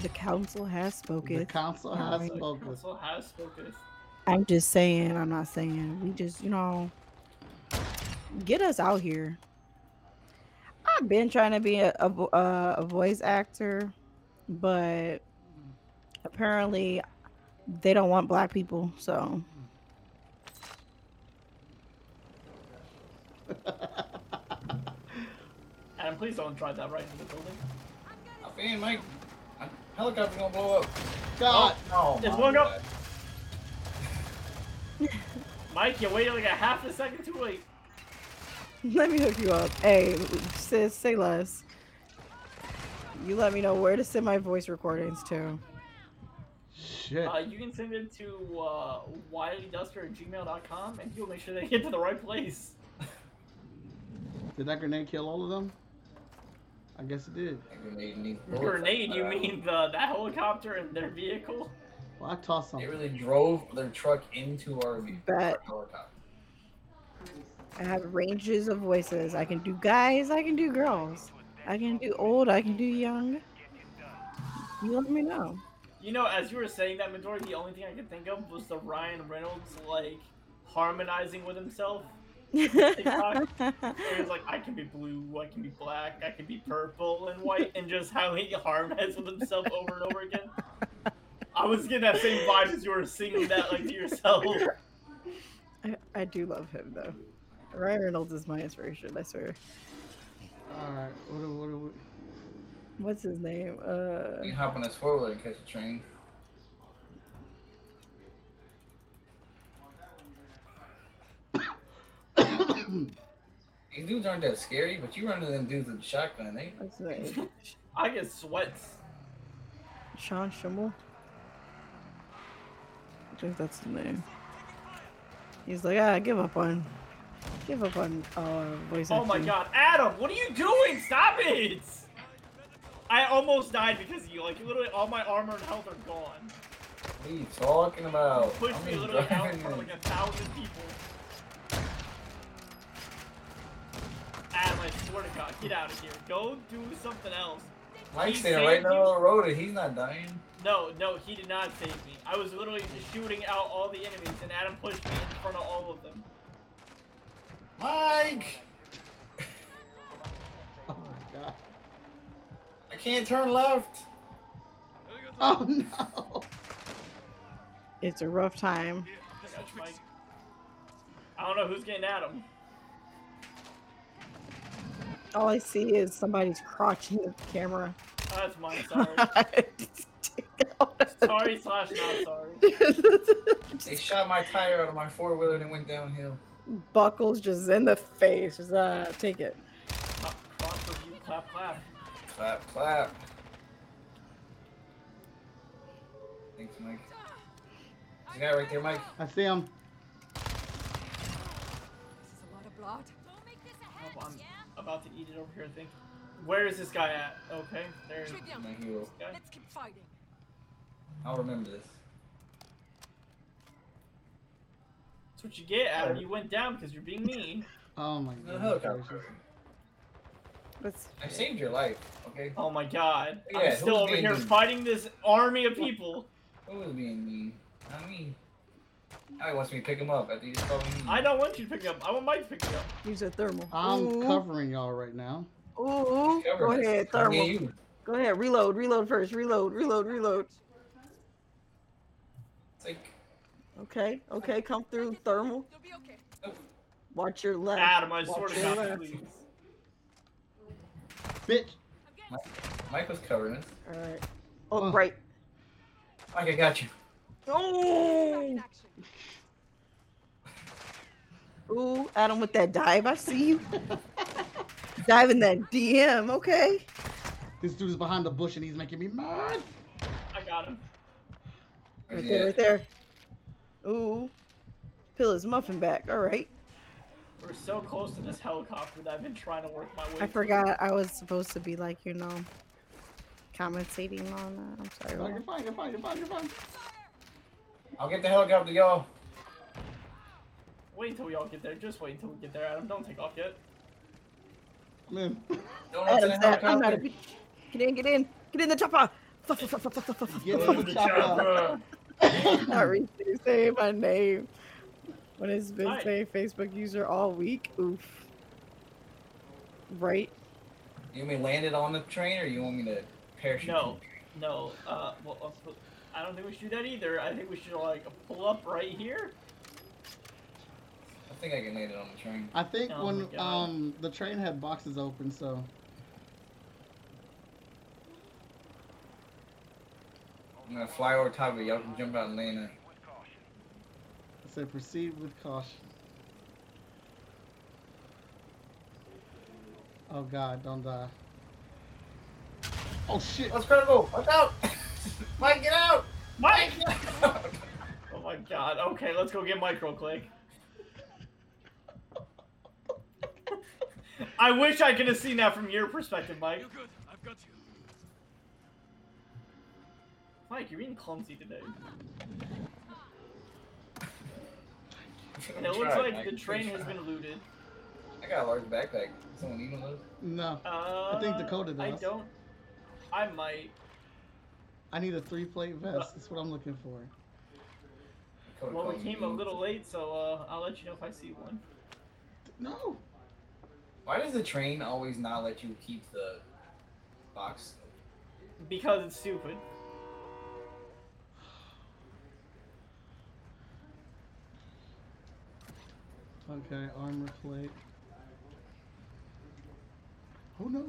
H: The council has
B: The
H: spoken.
B: council
H: All
B: has
H: right.
B: spoken.
D: Council has spoken.
H: I'm just saying, I'm not saying. We just, you know, get us out here. I've been trying to be a, a, vo- uh, a voice actor, but apparently they don't want black people. So
D: Adam, please don't drive that right into the building.
F: I'm being Mike. I'm- Helicopter gonna blow up.
B: God,
F: Oh,
D: It's
F: my
D: blown up.
F: God.
D: Mike, you waited like a half a second too late.
H: let me hook you up. Hey, sis, say less. You let me know where to send my voice recordings to. Oh.
B: shit.
D: Uh, you can send it to uh, wileyduster at gmail.com and he'll make sure they get to the right place.
B: Did that grenade kill all of them? I guess it did.
F: That grenade needs bullets.
D: Grenade, you
F: Uh,
D: mean the, that helicopter and their vehicle?
B: Well, I tossed
F: They
B: something.
F: really drove their truck into our vehicle.
H: Bet.
F: our helicopter.
H: I have ranges of voices. I can do guys, I can do girls. I can do old, I can do young. You let me know.
D: You know, as you were saying that, Midori, the only thing I could think of was the Ryan Reynolds, like, harmonizing with himself. Where he's like, I can be blue, I can be black, I can be purple and white, and just how he harmonizes with himself over and over again. I was getting that same vibe as you were singing that, like, to yourself.
H: I, I do love him though. Ryan Reynolds is my inspiration, I swear.
B: All right. What do, what do we...
H: What's his name?
F: You
H: Uh
F: can hop on this forward and catch a train. These dudes aren't that scary, but you run into them dudes with a shotgun, they
H: what's his name?
D: I get sweats.
H: Sean Schimmel. I think that's the name. He's like, ah, give up on give up on uh voice.
D: Oh my
H: acting."
D: god, Adam, what are you doing? Stop it! I almost died because of you. Like, literally, all my armor and health are gone.
F: what are you talking about?
D: Pushed
F: I'm
D: me
F: just
D: literally out
F: driving
D: in front of
F: in.
D: like a thousand people. Adam, I swear to god, get out of here. Go do something else.
F: Mike's
D: He
F: standing right
D: saved
F: down
D: you.
F: the road and he's not dying.
D: No, no, he did not save me. I was literally just shooting out all the enemies, and Adam pushed me in front of all of them.
F: Mike!
B: Oh my god.
F: I can't turn left!
B: Oh no.
H: It's a rough time.
D: I got you, Mike. I don't know who's getting Adam.
H: All I see is somebody's crotch in the camera.
D: Oh, that's mine, sorry. sorry slash not sorry.
F: They shot my tire out of my four wheeler and it went downhill.
H: Buckles just in the face. Just, uh, take it.
D: Cross review, clap, clap.
F: Clap, clap. Thanks, Mike. There's a guy right there, Mike.
B: I see him.
D: Oh, I'm about to eat it over here, I think. Where is this guy at? Okay, there's this
F: My hero.
D: guy.
F: I'll remember this.
D: That's what you get,
F: Uh,
D: Adam. You went down because you're being mean.
B: Oh my
F: The
B: god.
F: helicopter.
H: Let's,
F: I saved your life, okay?
D: Oh my god.
F: Yeah,
D: I'm
F: who's
D: still over
F: being
D: here
F: mean?
D: fighting this army of people.
F: Who was being mean? Not me. I wants me to pick him up after you just called me mean.
D: I don't want you to pick it up. I want Mike to pick it up.
H: use a thermal.
B: I'm
H: Ooh,
B: covering y'all right now.
H: Ooh,
F: Cover
H: go
F: this.
H: ahead,
F: I mean,
H: thermal.
F: you.
H: Go ahead, reload, reload first. Reload, reload, reload.
F: It's like,
H: Okay, okay, come through, thermal. Watch your left.
D: Adam, I swear
H: Uh, Watch
D: to
H: your
D: God,
H: left.
D: please.
B: Bitch.
F: Mike was covering it.
H: All right.
B: Huh.
I: Oh, right.
F: Mike, I got you.
I: Oh.
H: Ooh, Adam with that dive. I see you. Diving that DM. Okay.
B: This dude is behind the bush and he's making me mad.
D: I got him.
F: Where's
H: Right
F: he
H: there,
F: at?
H: right there. Ooh. Peel his muffin back. All right.
D: We're so close to this helicopter that I've been trying to work my way.
H: I
D: through.
H: forgot I was supposed to be like, you know, commentating on that. I'm sorry.
B: You're fine, you're
H: Lauren.
B: fine, you're fine, you're fine, you're fine.
F: I'll get the helicopter, y'all.
D: Wait until we all get there. Just wait until we get there, Adam. Don't take off yet.
B: I'm in.
F: Don't answer the
H: Adam's that. I'm not
F: helicopter.
H: a bitch. Get in, get in. Get in the chopper. Fuck, fuck, fuck, fuck, fuck, fuck, fuck.
B: Get in the chopper.
H: not recently saying my name. When it's been
D: Hi.
H: saying Facebook user all week. Oof. Right?
F: You want me to land it on the train, or you want me to parachute?
D: No, no. Uh, well, uh, well, I don't think we should do that either. I think we should like pull up right here.
F: I think I can land it on the train.
B: I think
D: Oh my
B: when
D: God.
B: um the train had boxes open, so
F: I'm gonna fly over top of it. Y'all can jump out and land it.
B: I said proceed with caution. Oh God, don't die. Oh shit!
F: Let's go. Let's out. Mike, get out.
D: Mike!
F: Mike.
D: Oh my god. Okay, let's go get Mike real quick. I wish I could have seen that from your perspective, Mike. You're good. I've got you. Mike, you're being clumsy today. And it looks like the train has been looted.
F: I got a large backpack. Someone need one of those?
B: No,
D: Uh,
B: think Dakota
D: I
B: does.
D: don't. I might.
B: I need a three-plate vest. That's what I'm looking for.
F: Dakota
D: Well, we
F: called
D: came
F: me.
D: a little late, so uh, I'll let you know if I see one.
B: No,
F: Why does the train always not let you keep the box?
D: Because it's stupid.
B: Okay, armor plate. Oh no!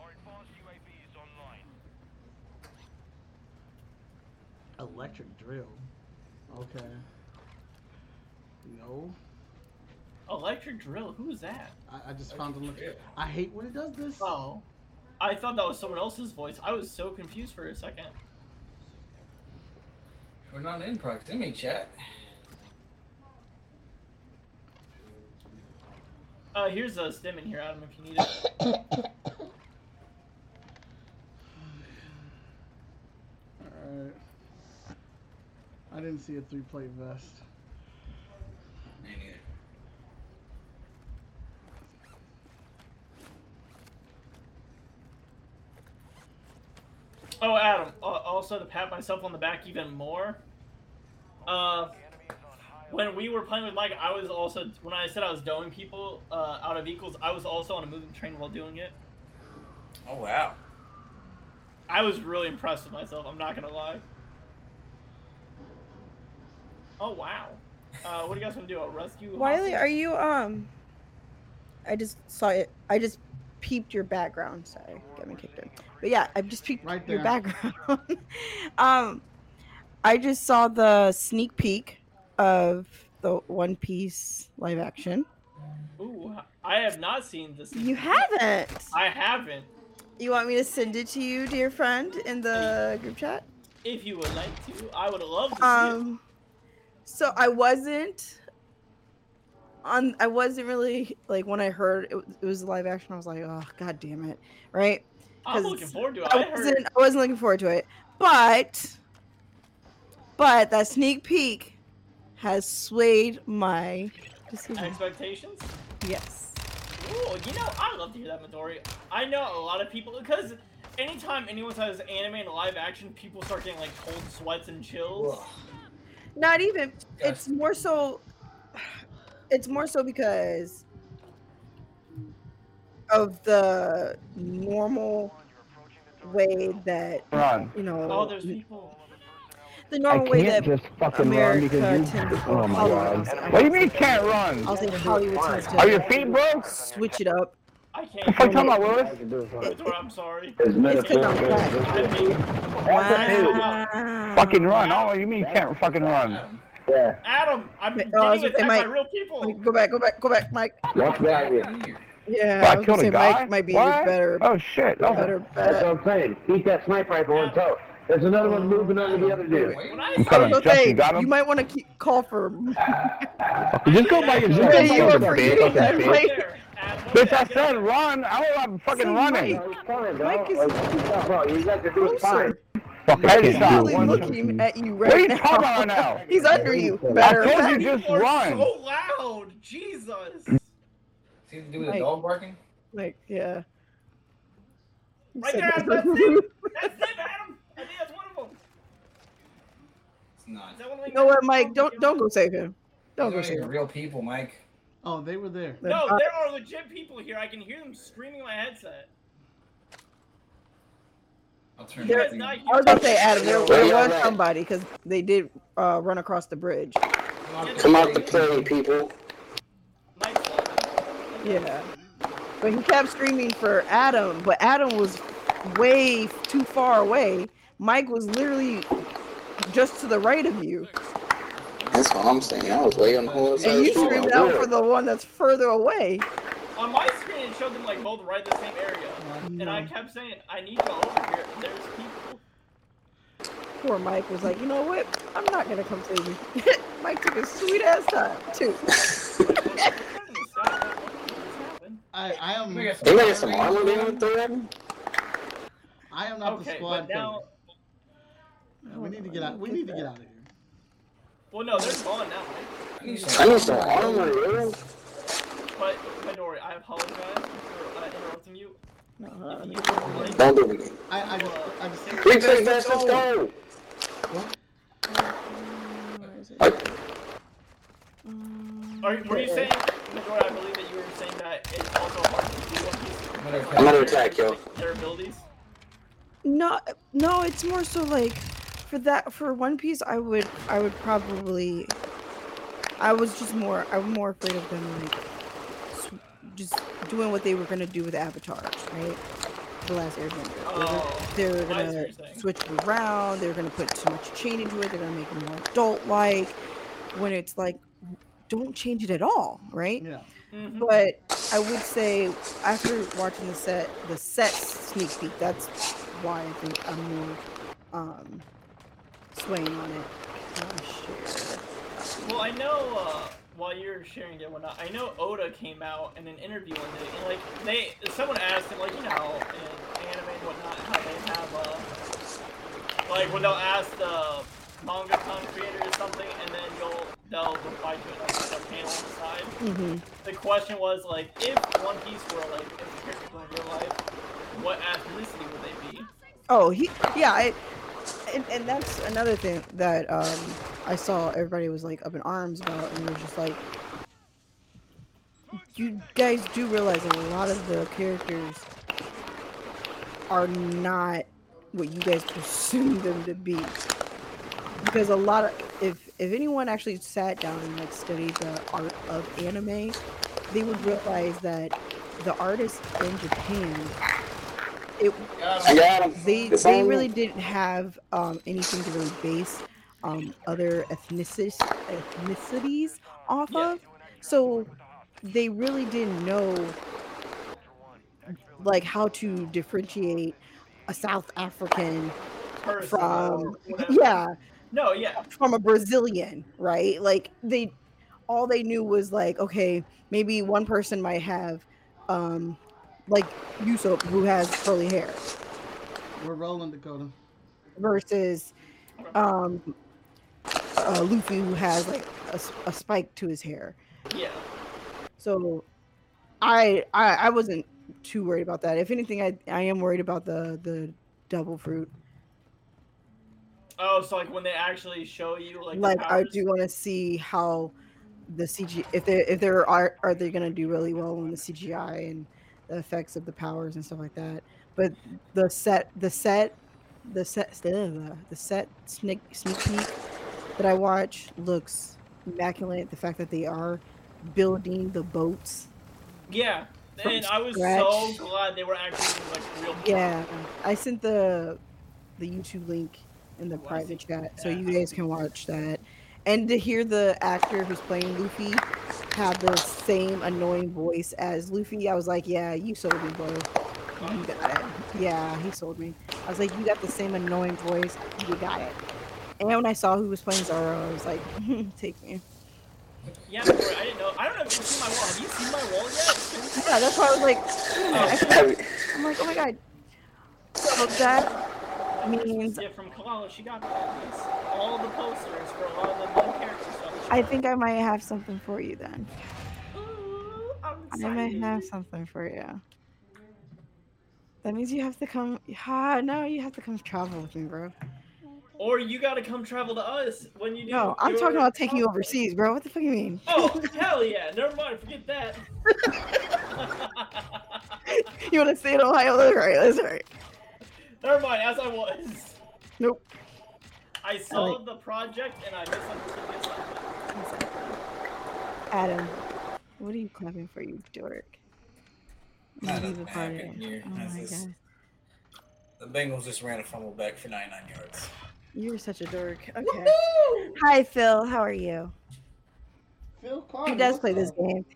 G: Our advanced UAV is online.
B: Electric drill. Okay. No,
D: Electric drill. Who's that?
B: I, I just found an electric. I hate when it does this.
D: Oh. I thought that was someone else's voice. I was so confused for a second.
F: We're not in proximity, chat.
D: Uh, here's a stem in here, Adam, if you need it.
B: Alright. I didn't see a three plate vest.
F: Me neither.
D: Oh, Adam. Uh, also, to pat myself on the back even more. Uh,
G: The enemy is on high
D: when we were playing with Mike, I was also when I said I was doing people uh, out of equals. I was also on a moving train while doing it.
F: Oh wow.
D: I was really impressed with myself. I'm not gonna lie. Oh wow. Uh, what do you guys want to do? A rescue?
H: Wiley,
D: hostage?
H: are you um? I just saw it. I just peeped your background. Sorry, got me kicked in. But yeah, I just peeped
B: Right
H: your
B: there.
H: background. um, I just saw the sneak peek of the One Piece live action.
D: Ooh, I have not seen this.
H: You haven't.
D: I haven't.
H: You want me to send it to you, dear friend, in the group chat?
D: If you would like to, I would love to see it.
H: um so i wasn't on i wasn't really like when i heard it, w- it was live action i was like oh god damn it right
D: I'm
H: 'cause
D: looking forward to it.
H: I
D: I heard.
H: wasn't, I wasn't looking forward to it but but that sneak peek has swayed my decision
D: expectations.
H: yes
D: Ooh, you know, I love to hear that, Midori. I know a lot of people because anytime anyone says anime and live action, people start getting like cold sweats and chills.
H: not even
F: Gosh.
H: it's more so it's more so because of the normal way that
E: Ron,
H: you
D: Oh,
H: know
D: there's people.
H: the
E: I
H: normal way
E: can't
H: that
E: just fucking run
H: America
E: because you.
H: tends to
E: Oh my
H: Hollywood.
E: god. What do you mean can't
H: I'll
E: run?
H: say Hollywood tends
E: Are
H: to
E: your feet broke?
H: switch it up
D: I can't.
E: What the fuck you talking about, Willis?
D: Dora, I'm sorry.
E: It's metaphorical.
J: Fucking run. Oh, you mean you can't fucking run?
E: Yeah.
D: Adam, I'm getting
H: I was gonna
D: attacked
H: say,
D: by
H: Mike.
D: real people.
H: Go back, go back, go back, Mike.
E: What's that?
H: Yeah,
J: Fuck,
H: I was
J: killed
H: gonna
J: a
H: say
J: guy?
H: Mike might be
J: What?
H: your better.
J: Oh shit. Oh.
H: better bet.
E: That's what I'm saying. Keep that sniper rifle on top. There's another one moving under the other dude.
D: When I
J: I'm
D: say
J: coming.
H: So,
J: Justin
H: hey,
J: got
H: you
J: him.
H: might want to keep call for.
J: Just go back and just
H: Hey, you
J: go
H: are
J: back and
H: forgetting
J: fucking
H: that,
J: bitch.
H: Mike.
D: there, Adam,
J: Bitch, I
D: get
J: said run. I don't have fucking
H: So
J: running.
H: Mike-
E: He's coming, dog.
H: Mike is
E: Like, keep that ball. You got to do it fine.
H: Closer.
J: Fuck, I
H: He's
J: just got
H: literally
J: one.
H: looking at you
J: What are you
H: right
J: talking
H: now.
J: about now?
H: He's under you.
J: I
H: Better
J: told you
H: bet.
J: just
D: people are
J: run.
D: So loud, Jesus!
F: See to do with the
H: Mike.
F: dog barking?
H: Like, yeah. You
D: Right
H: said
D: there,
H: that.
D: that's it. That's it, Adam. I think that's one of them.
F: It's not.
D: Is that one of
H: You know what, Mike? Don't don't go save him. Don't
F: These
H: go
F: aren't
H: save
F: even
H: him. Uh,
F: real people, Mike.
B: Oh, they were there.
D: No, there are legit people here. I can hear them screaming in my headset.
F: I'll
D: You
F: turn
D: guys
F: everything-
D: not
H: I was gonna say, Adam, there, there
E: Yeah,
H: was
E: right.
H: somebody because they did uh, run across the bridge.
E: Come out the play, people.
H: Yeah, but he kept screaming for Adam, but Adam was way too far away. Mike was literally just to the right of you,
E: That's what I'm saying. I was way on the whole side.
H: and you
E: of the street.
H: screamed out for the one that's further away.
D: On my screen, it showed them like both right in the same area, and I kept saying, "I need to over here." There's people.
H: Poor Mike was like, you know what? I'm not gonna come save you. Mike took his sweet ass time too.
B: I, I am.
F: We got some-
E: They got some armor they don't throw at him?
B: I am not the
D: okay,
B: squad.
D: but now,
B: killer. we need to get out. We need to get out of here.
D: well, no, they're gone now.
F: I need
E: I
F: some-
E: need some armor, yo.
D: But, Midori, I apologize for uh, interrupting you.
H: Uh-huh.
D: If you would like
E: Don't do it again.
B: I, I just, I just.
E: Three, two, fast, let's go.
D: Are, were you saying, Majora, I believe that you were saying that it's also hard to do one
F: I'm gonna
E: I'm
F: attack.
E: under attack, yo.
D: piece their abilities?
H: No, no, it's more so like for that for One Piece, I would I would probably I was just more I'm more afraid of them like s- just doing what they were gonna do with Avatar, right? The Last Airbender.
E: Mm-hmm.
D: Oh,
H: They were- They were
D: I see what
H: gonna
D: you're saying.
H: switch it around. They were gonna put too much chain into it. They're gonna make it more adult like. When it's like, don't change it at all, right?
B: Yeah.
D: Mhm.
H: but I would say after watching the set, the set sneak peek, that's why I think I'm more um, swaying on it. Oh, shit.
D: Well, I know uh, while you're sharing it and whatnot, I know Oda came out in an interview one day, and like they, someone asked him, like you know, in anime and whatnot, how they have uh, like when they'll ask the manga con creator or something, and then you'll they'll reply to it like, on a panel on the side.
H: Mm-hmm.
D: The question was like, if One Piece were like if a character in real life, what ethnicity would they be?
H: Oh, he, yeah, I, and, and that's another thing that um, I saw everybody was like up in arms about, and was just like, you guys do realize a lot of the characters are not what you guys presume them to be, because a lot of if if anyone actually sat down and like studied the art of anime, they would realize that the artists in Japan, it
E: I got him.
H: they
E: It's
H: they
E: on me.
H: really didn't have um, anything to really base um, other ethnicities ethnicities off of. So they really didn't know like how to differentiate a South African
D: Person or
H: from
D: whatever.
H: yeah
D: No, yeah.
H: from a Brazilian, right? Like they all they knew was like, okay, maybe one person might have um like Yusuf who has curly hair
B: We're rolling, Dakota.
H: versus um uh, Luffy who has like a, s- a spike to his hair.
D: Yeah.
H: So I I, I wasn't too worried about that. If anything, I, I am worried about the the double fruit.
D: Oh, so like when they actually show you like, the
H: Like I
D: powers?
H: do want to see how the CG if they if there are are they gonna do really well on the CGI and the effects of the powers and stuff like that. But the set the set the set the set sneak sneak peek that I watch looks immaculate. The fact that they are building the boats
D: Yeah.
H: from
D: And I was
H: scratch.
D: so glad they were actually doing, like real. work.
H: Yeah, I sent the the YouTube link in the private chat so you guys can watch that. And to hear the actor who's playing Luffy have the same annoying voice as Luffy, I was like, "Yeah, you sold me, bro. You got it. Yeah, he sold me." I was like, "You got the same annoying voice. You got it." And when I saw who was playing Zoro, I was like, "Take me."
D: Yeah, I'm sorry, I didn't know. I don't know if you've seen my wall. Have you seen my wall yet?
H: Yeah, that's why I was like, "Wait a minute, I feel- I'm like, oh my god. So that means
D: Yeah, from Kalala, she got these- all the posters for all the new characters. on the show.
H: I think I might have something for you then.
D: Ooh, I'm
H: I might
D: excited.
H: have something for you. That means you have to come. Ha! No, you have to come travel with me, bro.
D: Or you gotta come travel to us when you do.
H: No, I'm talking
D: your-
H: about taking you overseas, bro. What the fuck you mean?
D: Oh hell yeah! Never mind, forget that.
H: you want to stay in Ohio? That's right. That's right.
D: Never mind, as I was.
H: Nope.
D: I saw the project and I misunderstood the assignment.
H: Adam, what are you clapping for, you dork? You
F: Not
H: leave
F: a
H: the party.
F: happen here,
H: Oh my
F: as is-
H: god,
F: The Bengals just ran a fumble back for 99 yards.
H: you're such a dork. Okay. Hi, Phil. How are you?
B: Phil
H: He
B: Carter,
H: does
B: what's
H: play this
B: up?
H: game.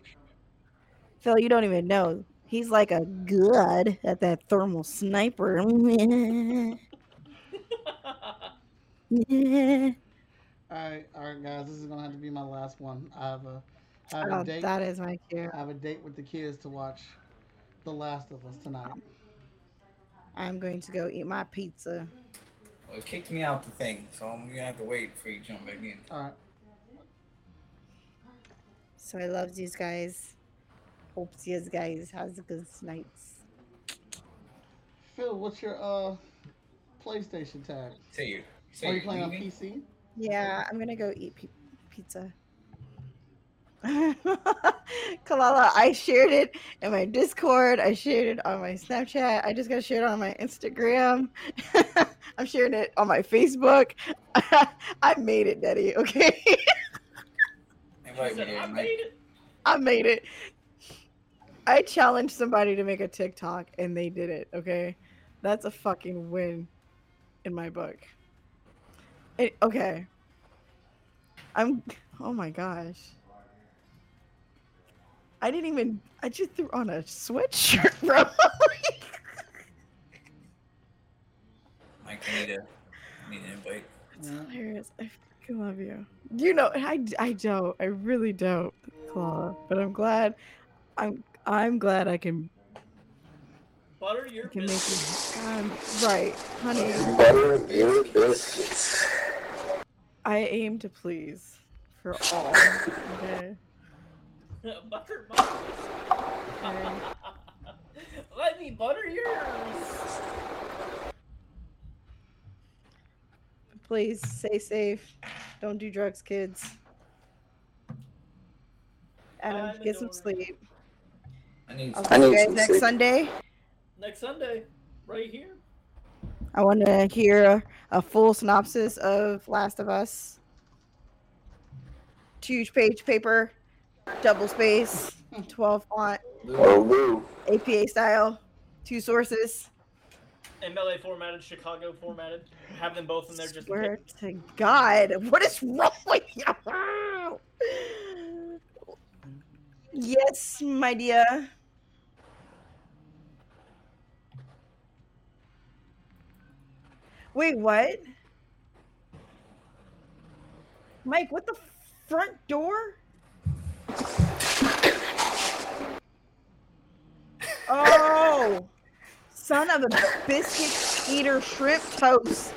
H: Phil, you don't even know. He's like a god at that thermal sniper. oh,
B: All right, all right, guys. This is gonna have to be my last one. I have a, I have a date.
H: Oh, that is my cue.
B: I have a date with the kids to watch The Last of Us tonight.
H: I'm going to go eat my pizza.
F: Well, it kicked me out the thing, so I'm gonna have to wait for you to jump back in.
B: All right.
H: So I love these guys. Hope you guys has a good night.
B: Phil, what's your uh PlayStation tag?
F: Say you. Say
B: Are you
F: you're
B: playing on
F: leaving?
B: PC?
H: Yeah, I'm gonna go eat pi- pizza. Kalala, I shared it in my Discord. I shared it on my Snapchat. I just got to share it on my Instagram. I'm sharing it on my Facebook. I made it, Daddy. Okay,
F: Invite me
D: Said,
F: there,
D: I
F: Mike.
D: made it.
H: I made it. I challenged somebody to make a TikTok and they did it. Okay, that's a fucking win in my book. It, okay, I'm. Oh my gosh. I didn't even. I just threw on a sweatshirt, bro.
F: Mike, I need a I need an invite.
H: it's hilarious. I fucking love you. You know, I, d- I don't. I really don't, Claw. But I'm glad. I'm I'm glad I can
D: Butter your
H: can make
D: biscuits.
H: you. Um, right, honey.
E: Butter your biscuits.
H: I aim to please for all. Okay.
D: butter my biscuits. Let me butter yours.
H: Please stay safe. Don't do drugs, kids. Adam,
D: I'm
H: get some
D: adoring.
H: sleep.
F: I need
H: I'll
E: I
H: see you
E: need
H: guys
E: some
H: next
E: sleep.
H: Sunday.
D: Next Sunday, right here.
H: I want to hear a full synopsis of Last of Us. Huge page paper, double space, 12 font,
E: Oh, woo.
H: APA style, two sources.
D: MLA formatted, Chicago formatted. Have them both in there just. in
H: Swear
D: case.
H: to God, what is wrong with you? Yes, my dear. Wait, what? Mike, what the front door? Oh, son of a biscuit eater shrimp toast.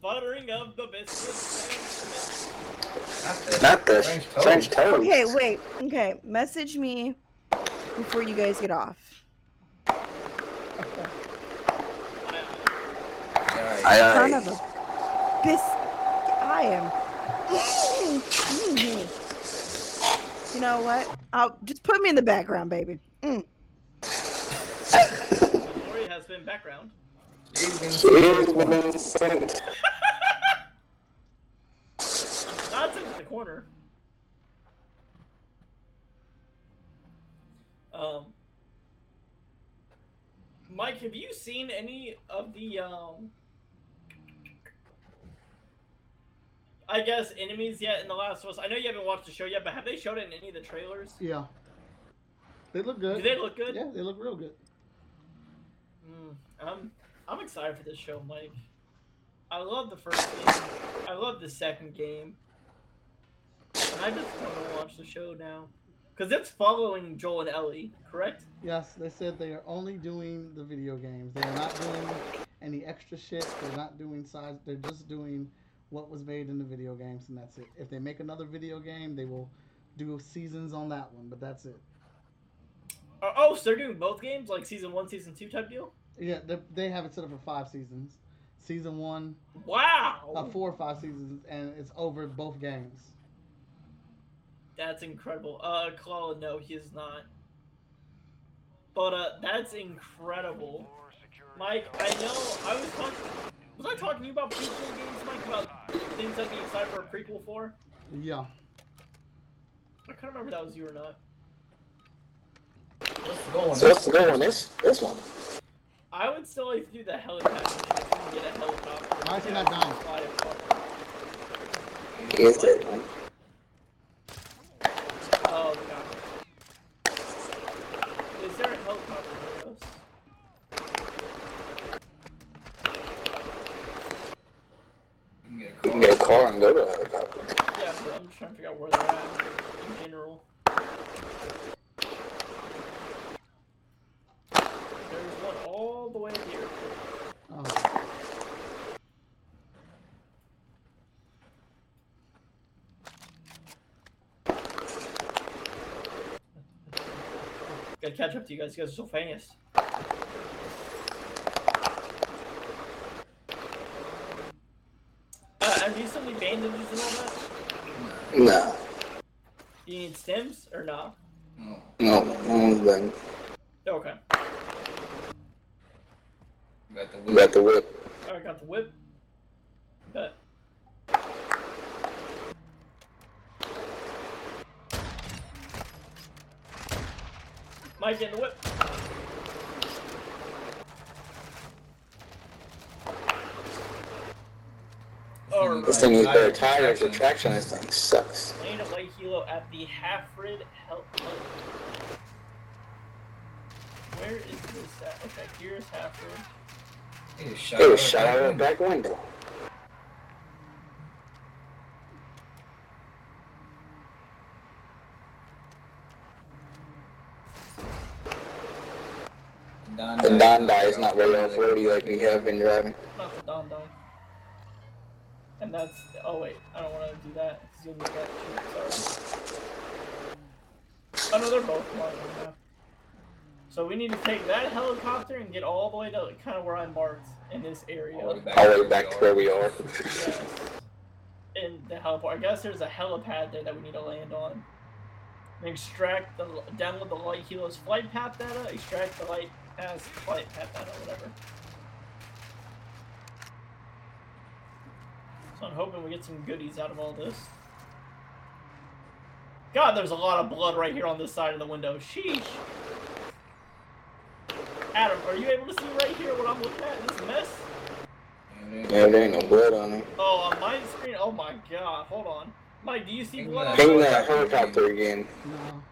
D: Buttering of the biscuits.
F: Not the,
E: Not the
F: French toast.
E: French toast.
H: Okay, wait. Okay, message me before you guys get off.
F: Alright,
E: Aye,
H: Son
E: aye.
H: of a bis. I am. Mhm. you know what? I'll just put me in the background, baby. Mm.
D: Lori has been background.
E: Here's what I said.
D: Not into the corner. Um, Mike, have you seen any of the um, I guess enemies yet in the Last of Us? I know you haven't watched the show yet, but have they showed it in any of the trailers?
B: Yeah. They look good.
D: Do they look good?
B: Yeah, they look real good.
D: Mm, I'm I'm excited for this show, Mike. I love the first game. I love the second game. And I just want to watch the show now. Because it's following Joel and Ellie, correct?
B: Yes, they said they are only doing the video games. They are not doing any extra shit. They're not doing sides. They're just doing what was made in the video games, and that's it. If they make another video game, they will do seasons on that one, but that's it.
D: Oh, oh, so they're doing both games? Like season one, season two type deal?
B: Yeah, they, they have it set up for five seasons. Season one.
D: Wow!
B: Uh, four or five seasons, and it's over both games.
D: That's incredible. Uh, Claw, no, he is not. But uh, that's incredible. Mike, I know I was talking. Was I talking to you about prequel games, Mike? About things I'd be excited for a prequel for?
B: Yeah.
D: I can't remember if that was you or not.
E: So that's the good one. This this one.
D: I would still like to do the helicopter. if we can Get a helicopter.
B: Why is he not dying?
D: Fly it up.
E: He is dead. man.
D: Oh god. Is there a helicopter near us?
E: You can get a car and go to a helicopter.
D: Yeah, but I'm just trying to figure out where they're at in general. There's one all the way here.
B: Oh.
D: Gotta catch up to you guys. You guys are so fast. Uh, have you still need bandages and all that?
E: No,
D: Do you need stems or not?
E: no, no. Then
D: Okay.
F: Got the
E: you got the whip.
D: All right, got the whip. Bet. Mike in the whip. All
E: This
D: right.
E: thing is better tires. The traction on this thing sucks.
D: Lane away Hilo at the Halfrid Help. Where is this at? Okay, here's Halfrid.
F: He just shot
E: It was
F: out
E: shot
F: that
E: out of the
F: window.
E: back window.
F: Don
E: The
F: died.
E: Don Die is not very off roady like we have been driving.
D: Not the Don Don. And that's. Oh, wait. I don't want to do that. 'cause you'll get that. Sorry. Oh, no, they're both marked right now. So we need to take that helicopter and get all the way to kind of where I marked in this area.
F: All the way back
E: All
F: to
E: the
F: the
E: way back to
F: yard.
E: where we are.
D: Yes. In the heliport. I guess there's a helipad there that we need to land on. And extract the download the light helos flight path data, extract the light as flight path data, whatever. So I'm hoping we get some goodies out of all this. God, there's a lot of blood right here on this side of the window. Sheesh. Adam, are you able to see right here what I'm looking at in this mess?
E: Yeah, there ain't no blood on it.
D: Oh, on my screen. Oh my god. Hold on. Mike, do you see
F: Ping
D: blood?
F: that.
E: Ping that helicopter again.
B: No.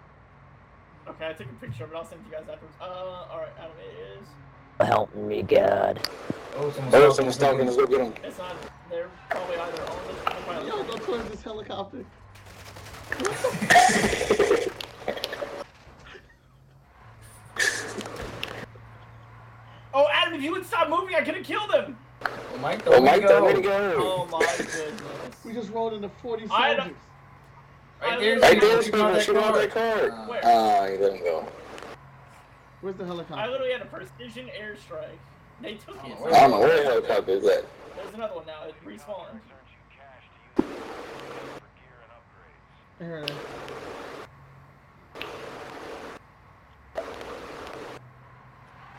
D: Okay, I took a picture of it. I'll send it to you guys afterwards. Uh, alright, Adam, it is.
I: Help me, God.
F: Oh, someone's
E: Oh, someone's talking. Let's go get him.
D: It's not. They're probably either on this. Or probably
B: Yo, go towards this helicopter.
D: Oh, Adam, if you would stop moving, I could have killed him.
F: Oh, Mike, the
E: Oh, Mike,
F: window.
E: don't let it go.
D: Oh my
B: We
D: goodness.
B: just rolled into 40
D: I don't-
B: soldiers.
F: Right there.
E: Right there,
F: Shoot out
E: people.
F: that
E: Shoot out
F: car.
E: that car.
F: Uh,
D: Where?
E: Ah, you let him go.
B: Where's the
D: I
B: helicopter?
D: literally had a precision airstrike. They took it.
E: I don't know where the helicopter is at.
D: There's another one now. It respawned.
G: Returns you cash to use for gear and upgrades.
B: Here it is.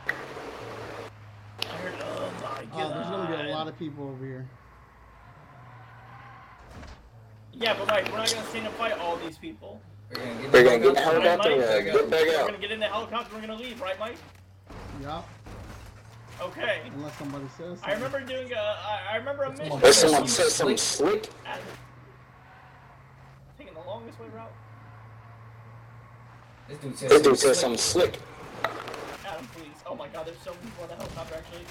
D: I heard, oh
B: Uh,
D: my god.
B: Oh, there's gonna be a lot of people over here.
D: Yeah, but Mike, we're not gonna stand and fight all these people.
F: We're gonna
E: We're gonna get the helicopter,
D: Right,
E: we're gonna
D: Mike?
E: get back
D: We're
E: out.
D: gonna get in the helicopter. We're gonna leave, right, Mike?
B: Yup.
D: Okay.
B: Unless somebody says.
D: I remember doing a. I I remember a mission.
E: There's someone said something slick.
D: Taking the longest way route.
F: This dude said
E: This dude
F: something
E: said something slick.
D: Adam, please. Oh my God, there's so many people in the helicopter actually.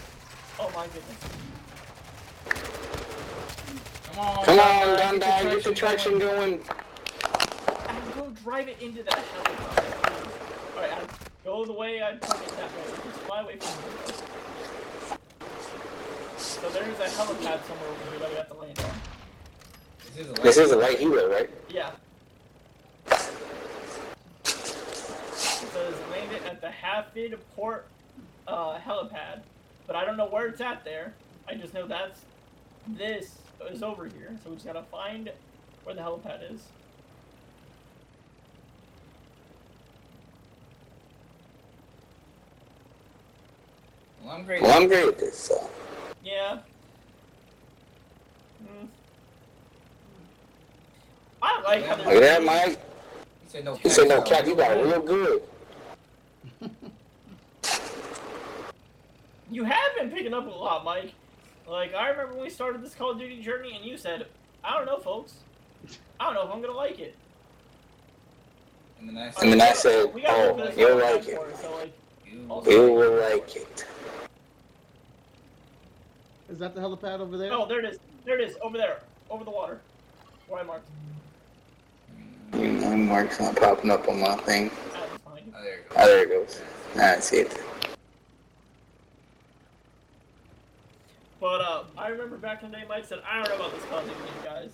D: Oh my goodness.
F: Come on,
E: Come on,
F: Dundee,
E: Dundee,
F: get
E: get
F: the
E: the traction going.
D: Adam, go drive it into that helicopter. All right, Adam, go the way I pointed that way. Just fly away from me. So there's a helipad somewhere over here that we have to land on.
E: This is a light hero, right?
D: Yeah. It says land it at the Hafid Port uh, helipad, but I don't know where it's at there. I just know that's this is over here, so we just gotta find where the helipad is.
F: Well, I'm great.
E: Well, I'm great at this. So.
D: Yeah. Mm. I like how
E: Look at
D: they're
E: that, Mike.
F: He said no.
E: He said, no,
F: cap.
E: Cap, you got real good.
D: You have been picking up a lot, Mike. Like I remember when we started this Call of Duty journey, and you said, "I don't know, folks. I don't know if I'm gonna like it."
F: And then I
E: And then I
F: said,
E: said,
D: We got
E: oh, you'll like it.
D: So like,
E: You will like it.
B: Is that the helipad over there?
D: oh, there it is. There it is. Over there, over the water, where I marked.
E: You know, Mark's not popping up on my thing.
D: That was fine.
F: oh, there you
E: Oh, there it goes. Now I see it.
D: But uh, I remember back in the day, Mike said, "I don't know about this Call of Duty, guys.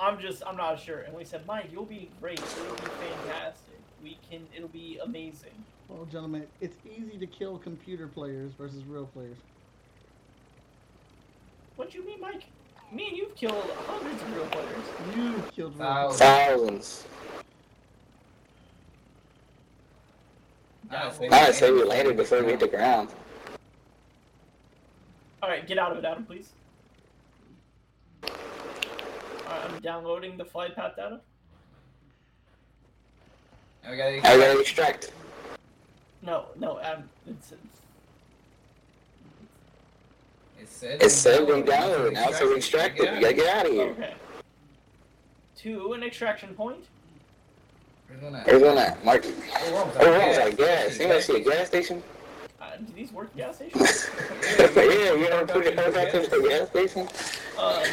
D: I'm just, I'm not sure." And we said, "Mike, you'll be great. It'll be fantastic. We can. It'll be amazing."
B: Well, Oh, gentlemen, it's easy to kill computer players versus real players.
D: What do you mean, Mike? Me and you've killed hundreds of real players.
B: You killed real
F: Wow.
B: players.
E: Thousands.
F: go. I said-
E: Now I say we landed before we hit the ground.
D: All right, get out of it, Adam, please. All right, I'm downloading the flight path data.
F: And we gotta-
E: I gotta extract.
D: No, no, Adam, it's, it's
F: It said
E: It's seven and down, and now it's extracted. We gotta get out of here.
D: okay. To an extraction point.
F: Where's one at?
E: Where's one at? Mark.
F: Oh, wrong side,
E: Oh, wrong
F: yeah.
E: side gas. You wanna see a gas station?
D: Uh, do these work at gas
E: yeah,
D: stations?
E: you don't put your contact into the gas station?
D: Uh,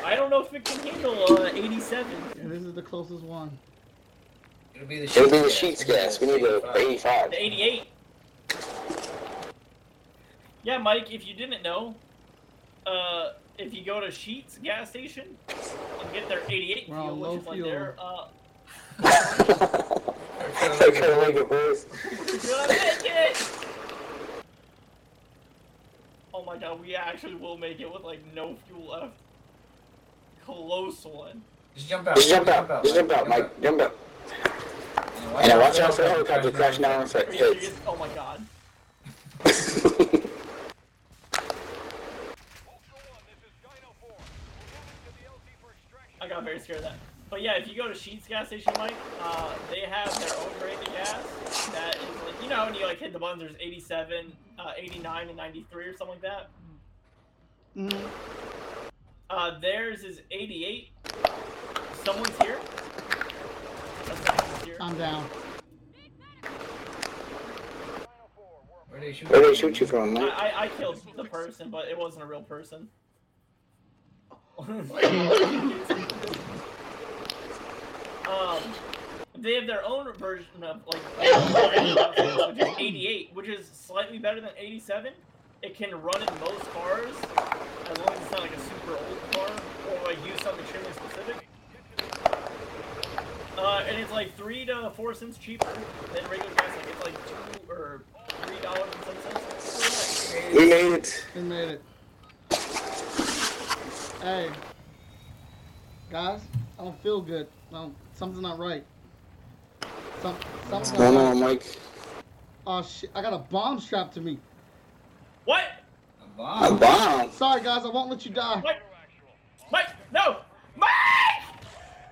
D: no, I don't know if it can handle uh, 87.
B: And this is the closest one.
F: It'll be the sheets.
E: It'll be the sheets gas. We need a 85.
D: The 88. Yeah, Mike, if you didn't know, uh, if you go to Sheets gas station and get their 88
B: We're on
D: fuel,
B: low
D: which is like
B: fuel.
D: their, uh,
E: I kinda like it, boys.
D: Gonna make it! Oh my god, we actually will make it with like no fuel left. Close one.
F: Just jump out.
E: Just jump out. Just jump out, Mike. Jump out. And now watch out for the helicopter crashing down on our
D: Are you
E: heads.
D: serious? Oh my god. I got very scared of that. But yeah, if you go to Sheets gas station, Mike, uh, they have their own brand of gas that is like, you know, when you like hit the buttons, there's 87, uh, 89, and 93 or something like that.
B: Mhm.
D: Uh, theirs is 88. Someone's here. Someone's here.
B: I'm down.
F: Where they shoot?
E: Where they shoot you from,
D: I,
E: Mike?
D: I, I killed the person, but it wasn't a real person. um, they have their own version of like which is 88, which is slightly better than 87. It can run in most cars, as long as it's not like a super old car or like use something extremely specific. Uh, and it's like three to four cents cheaper than regular gas. Like it's like two or three dollars and some cents. So, like,
E: We made it.
B: We made it. Hey, guys, I don't feel good. No, something's not right. Some, something's
E: No,
B: not
E: no,
B: right.
E: Mike.
B: Oh shit! I got a bomb strapped to me.
D: What?
F: A
E: A
F: bomb.
E: bomb.
B: Sorry, guys, I won't let you die.
D: What? What? No!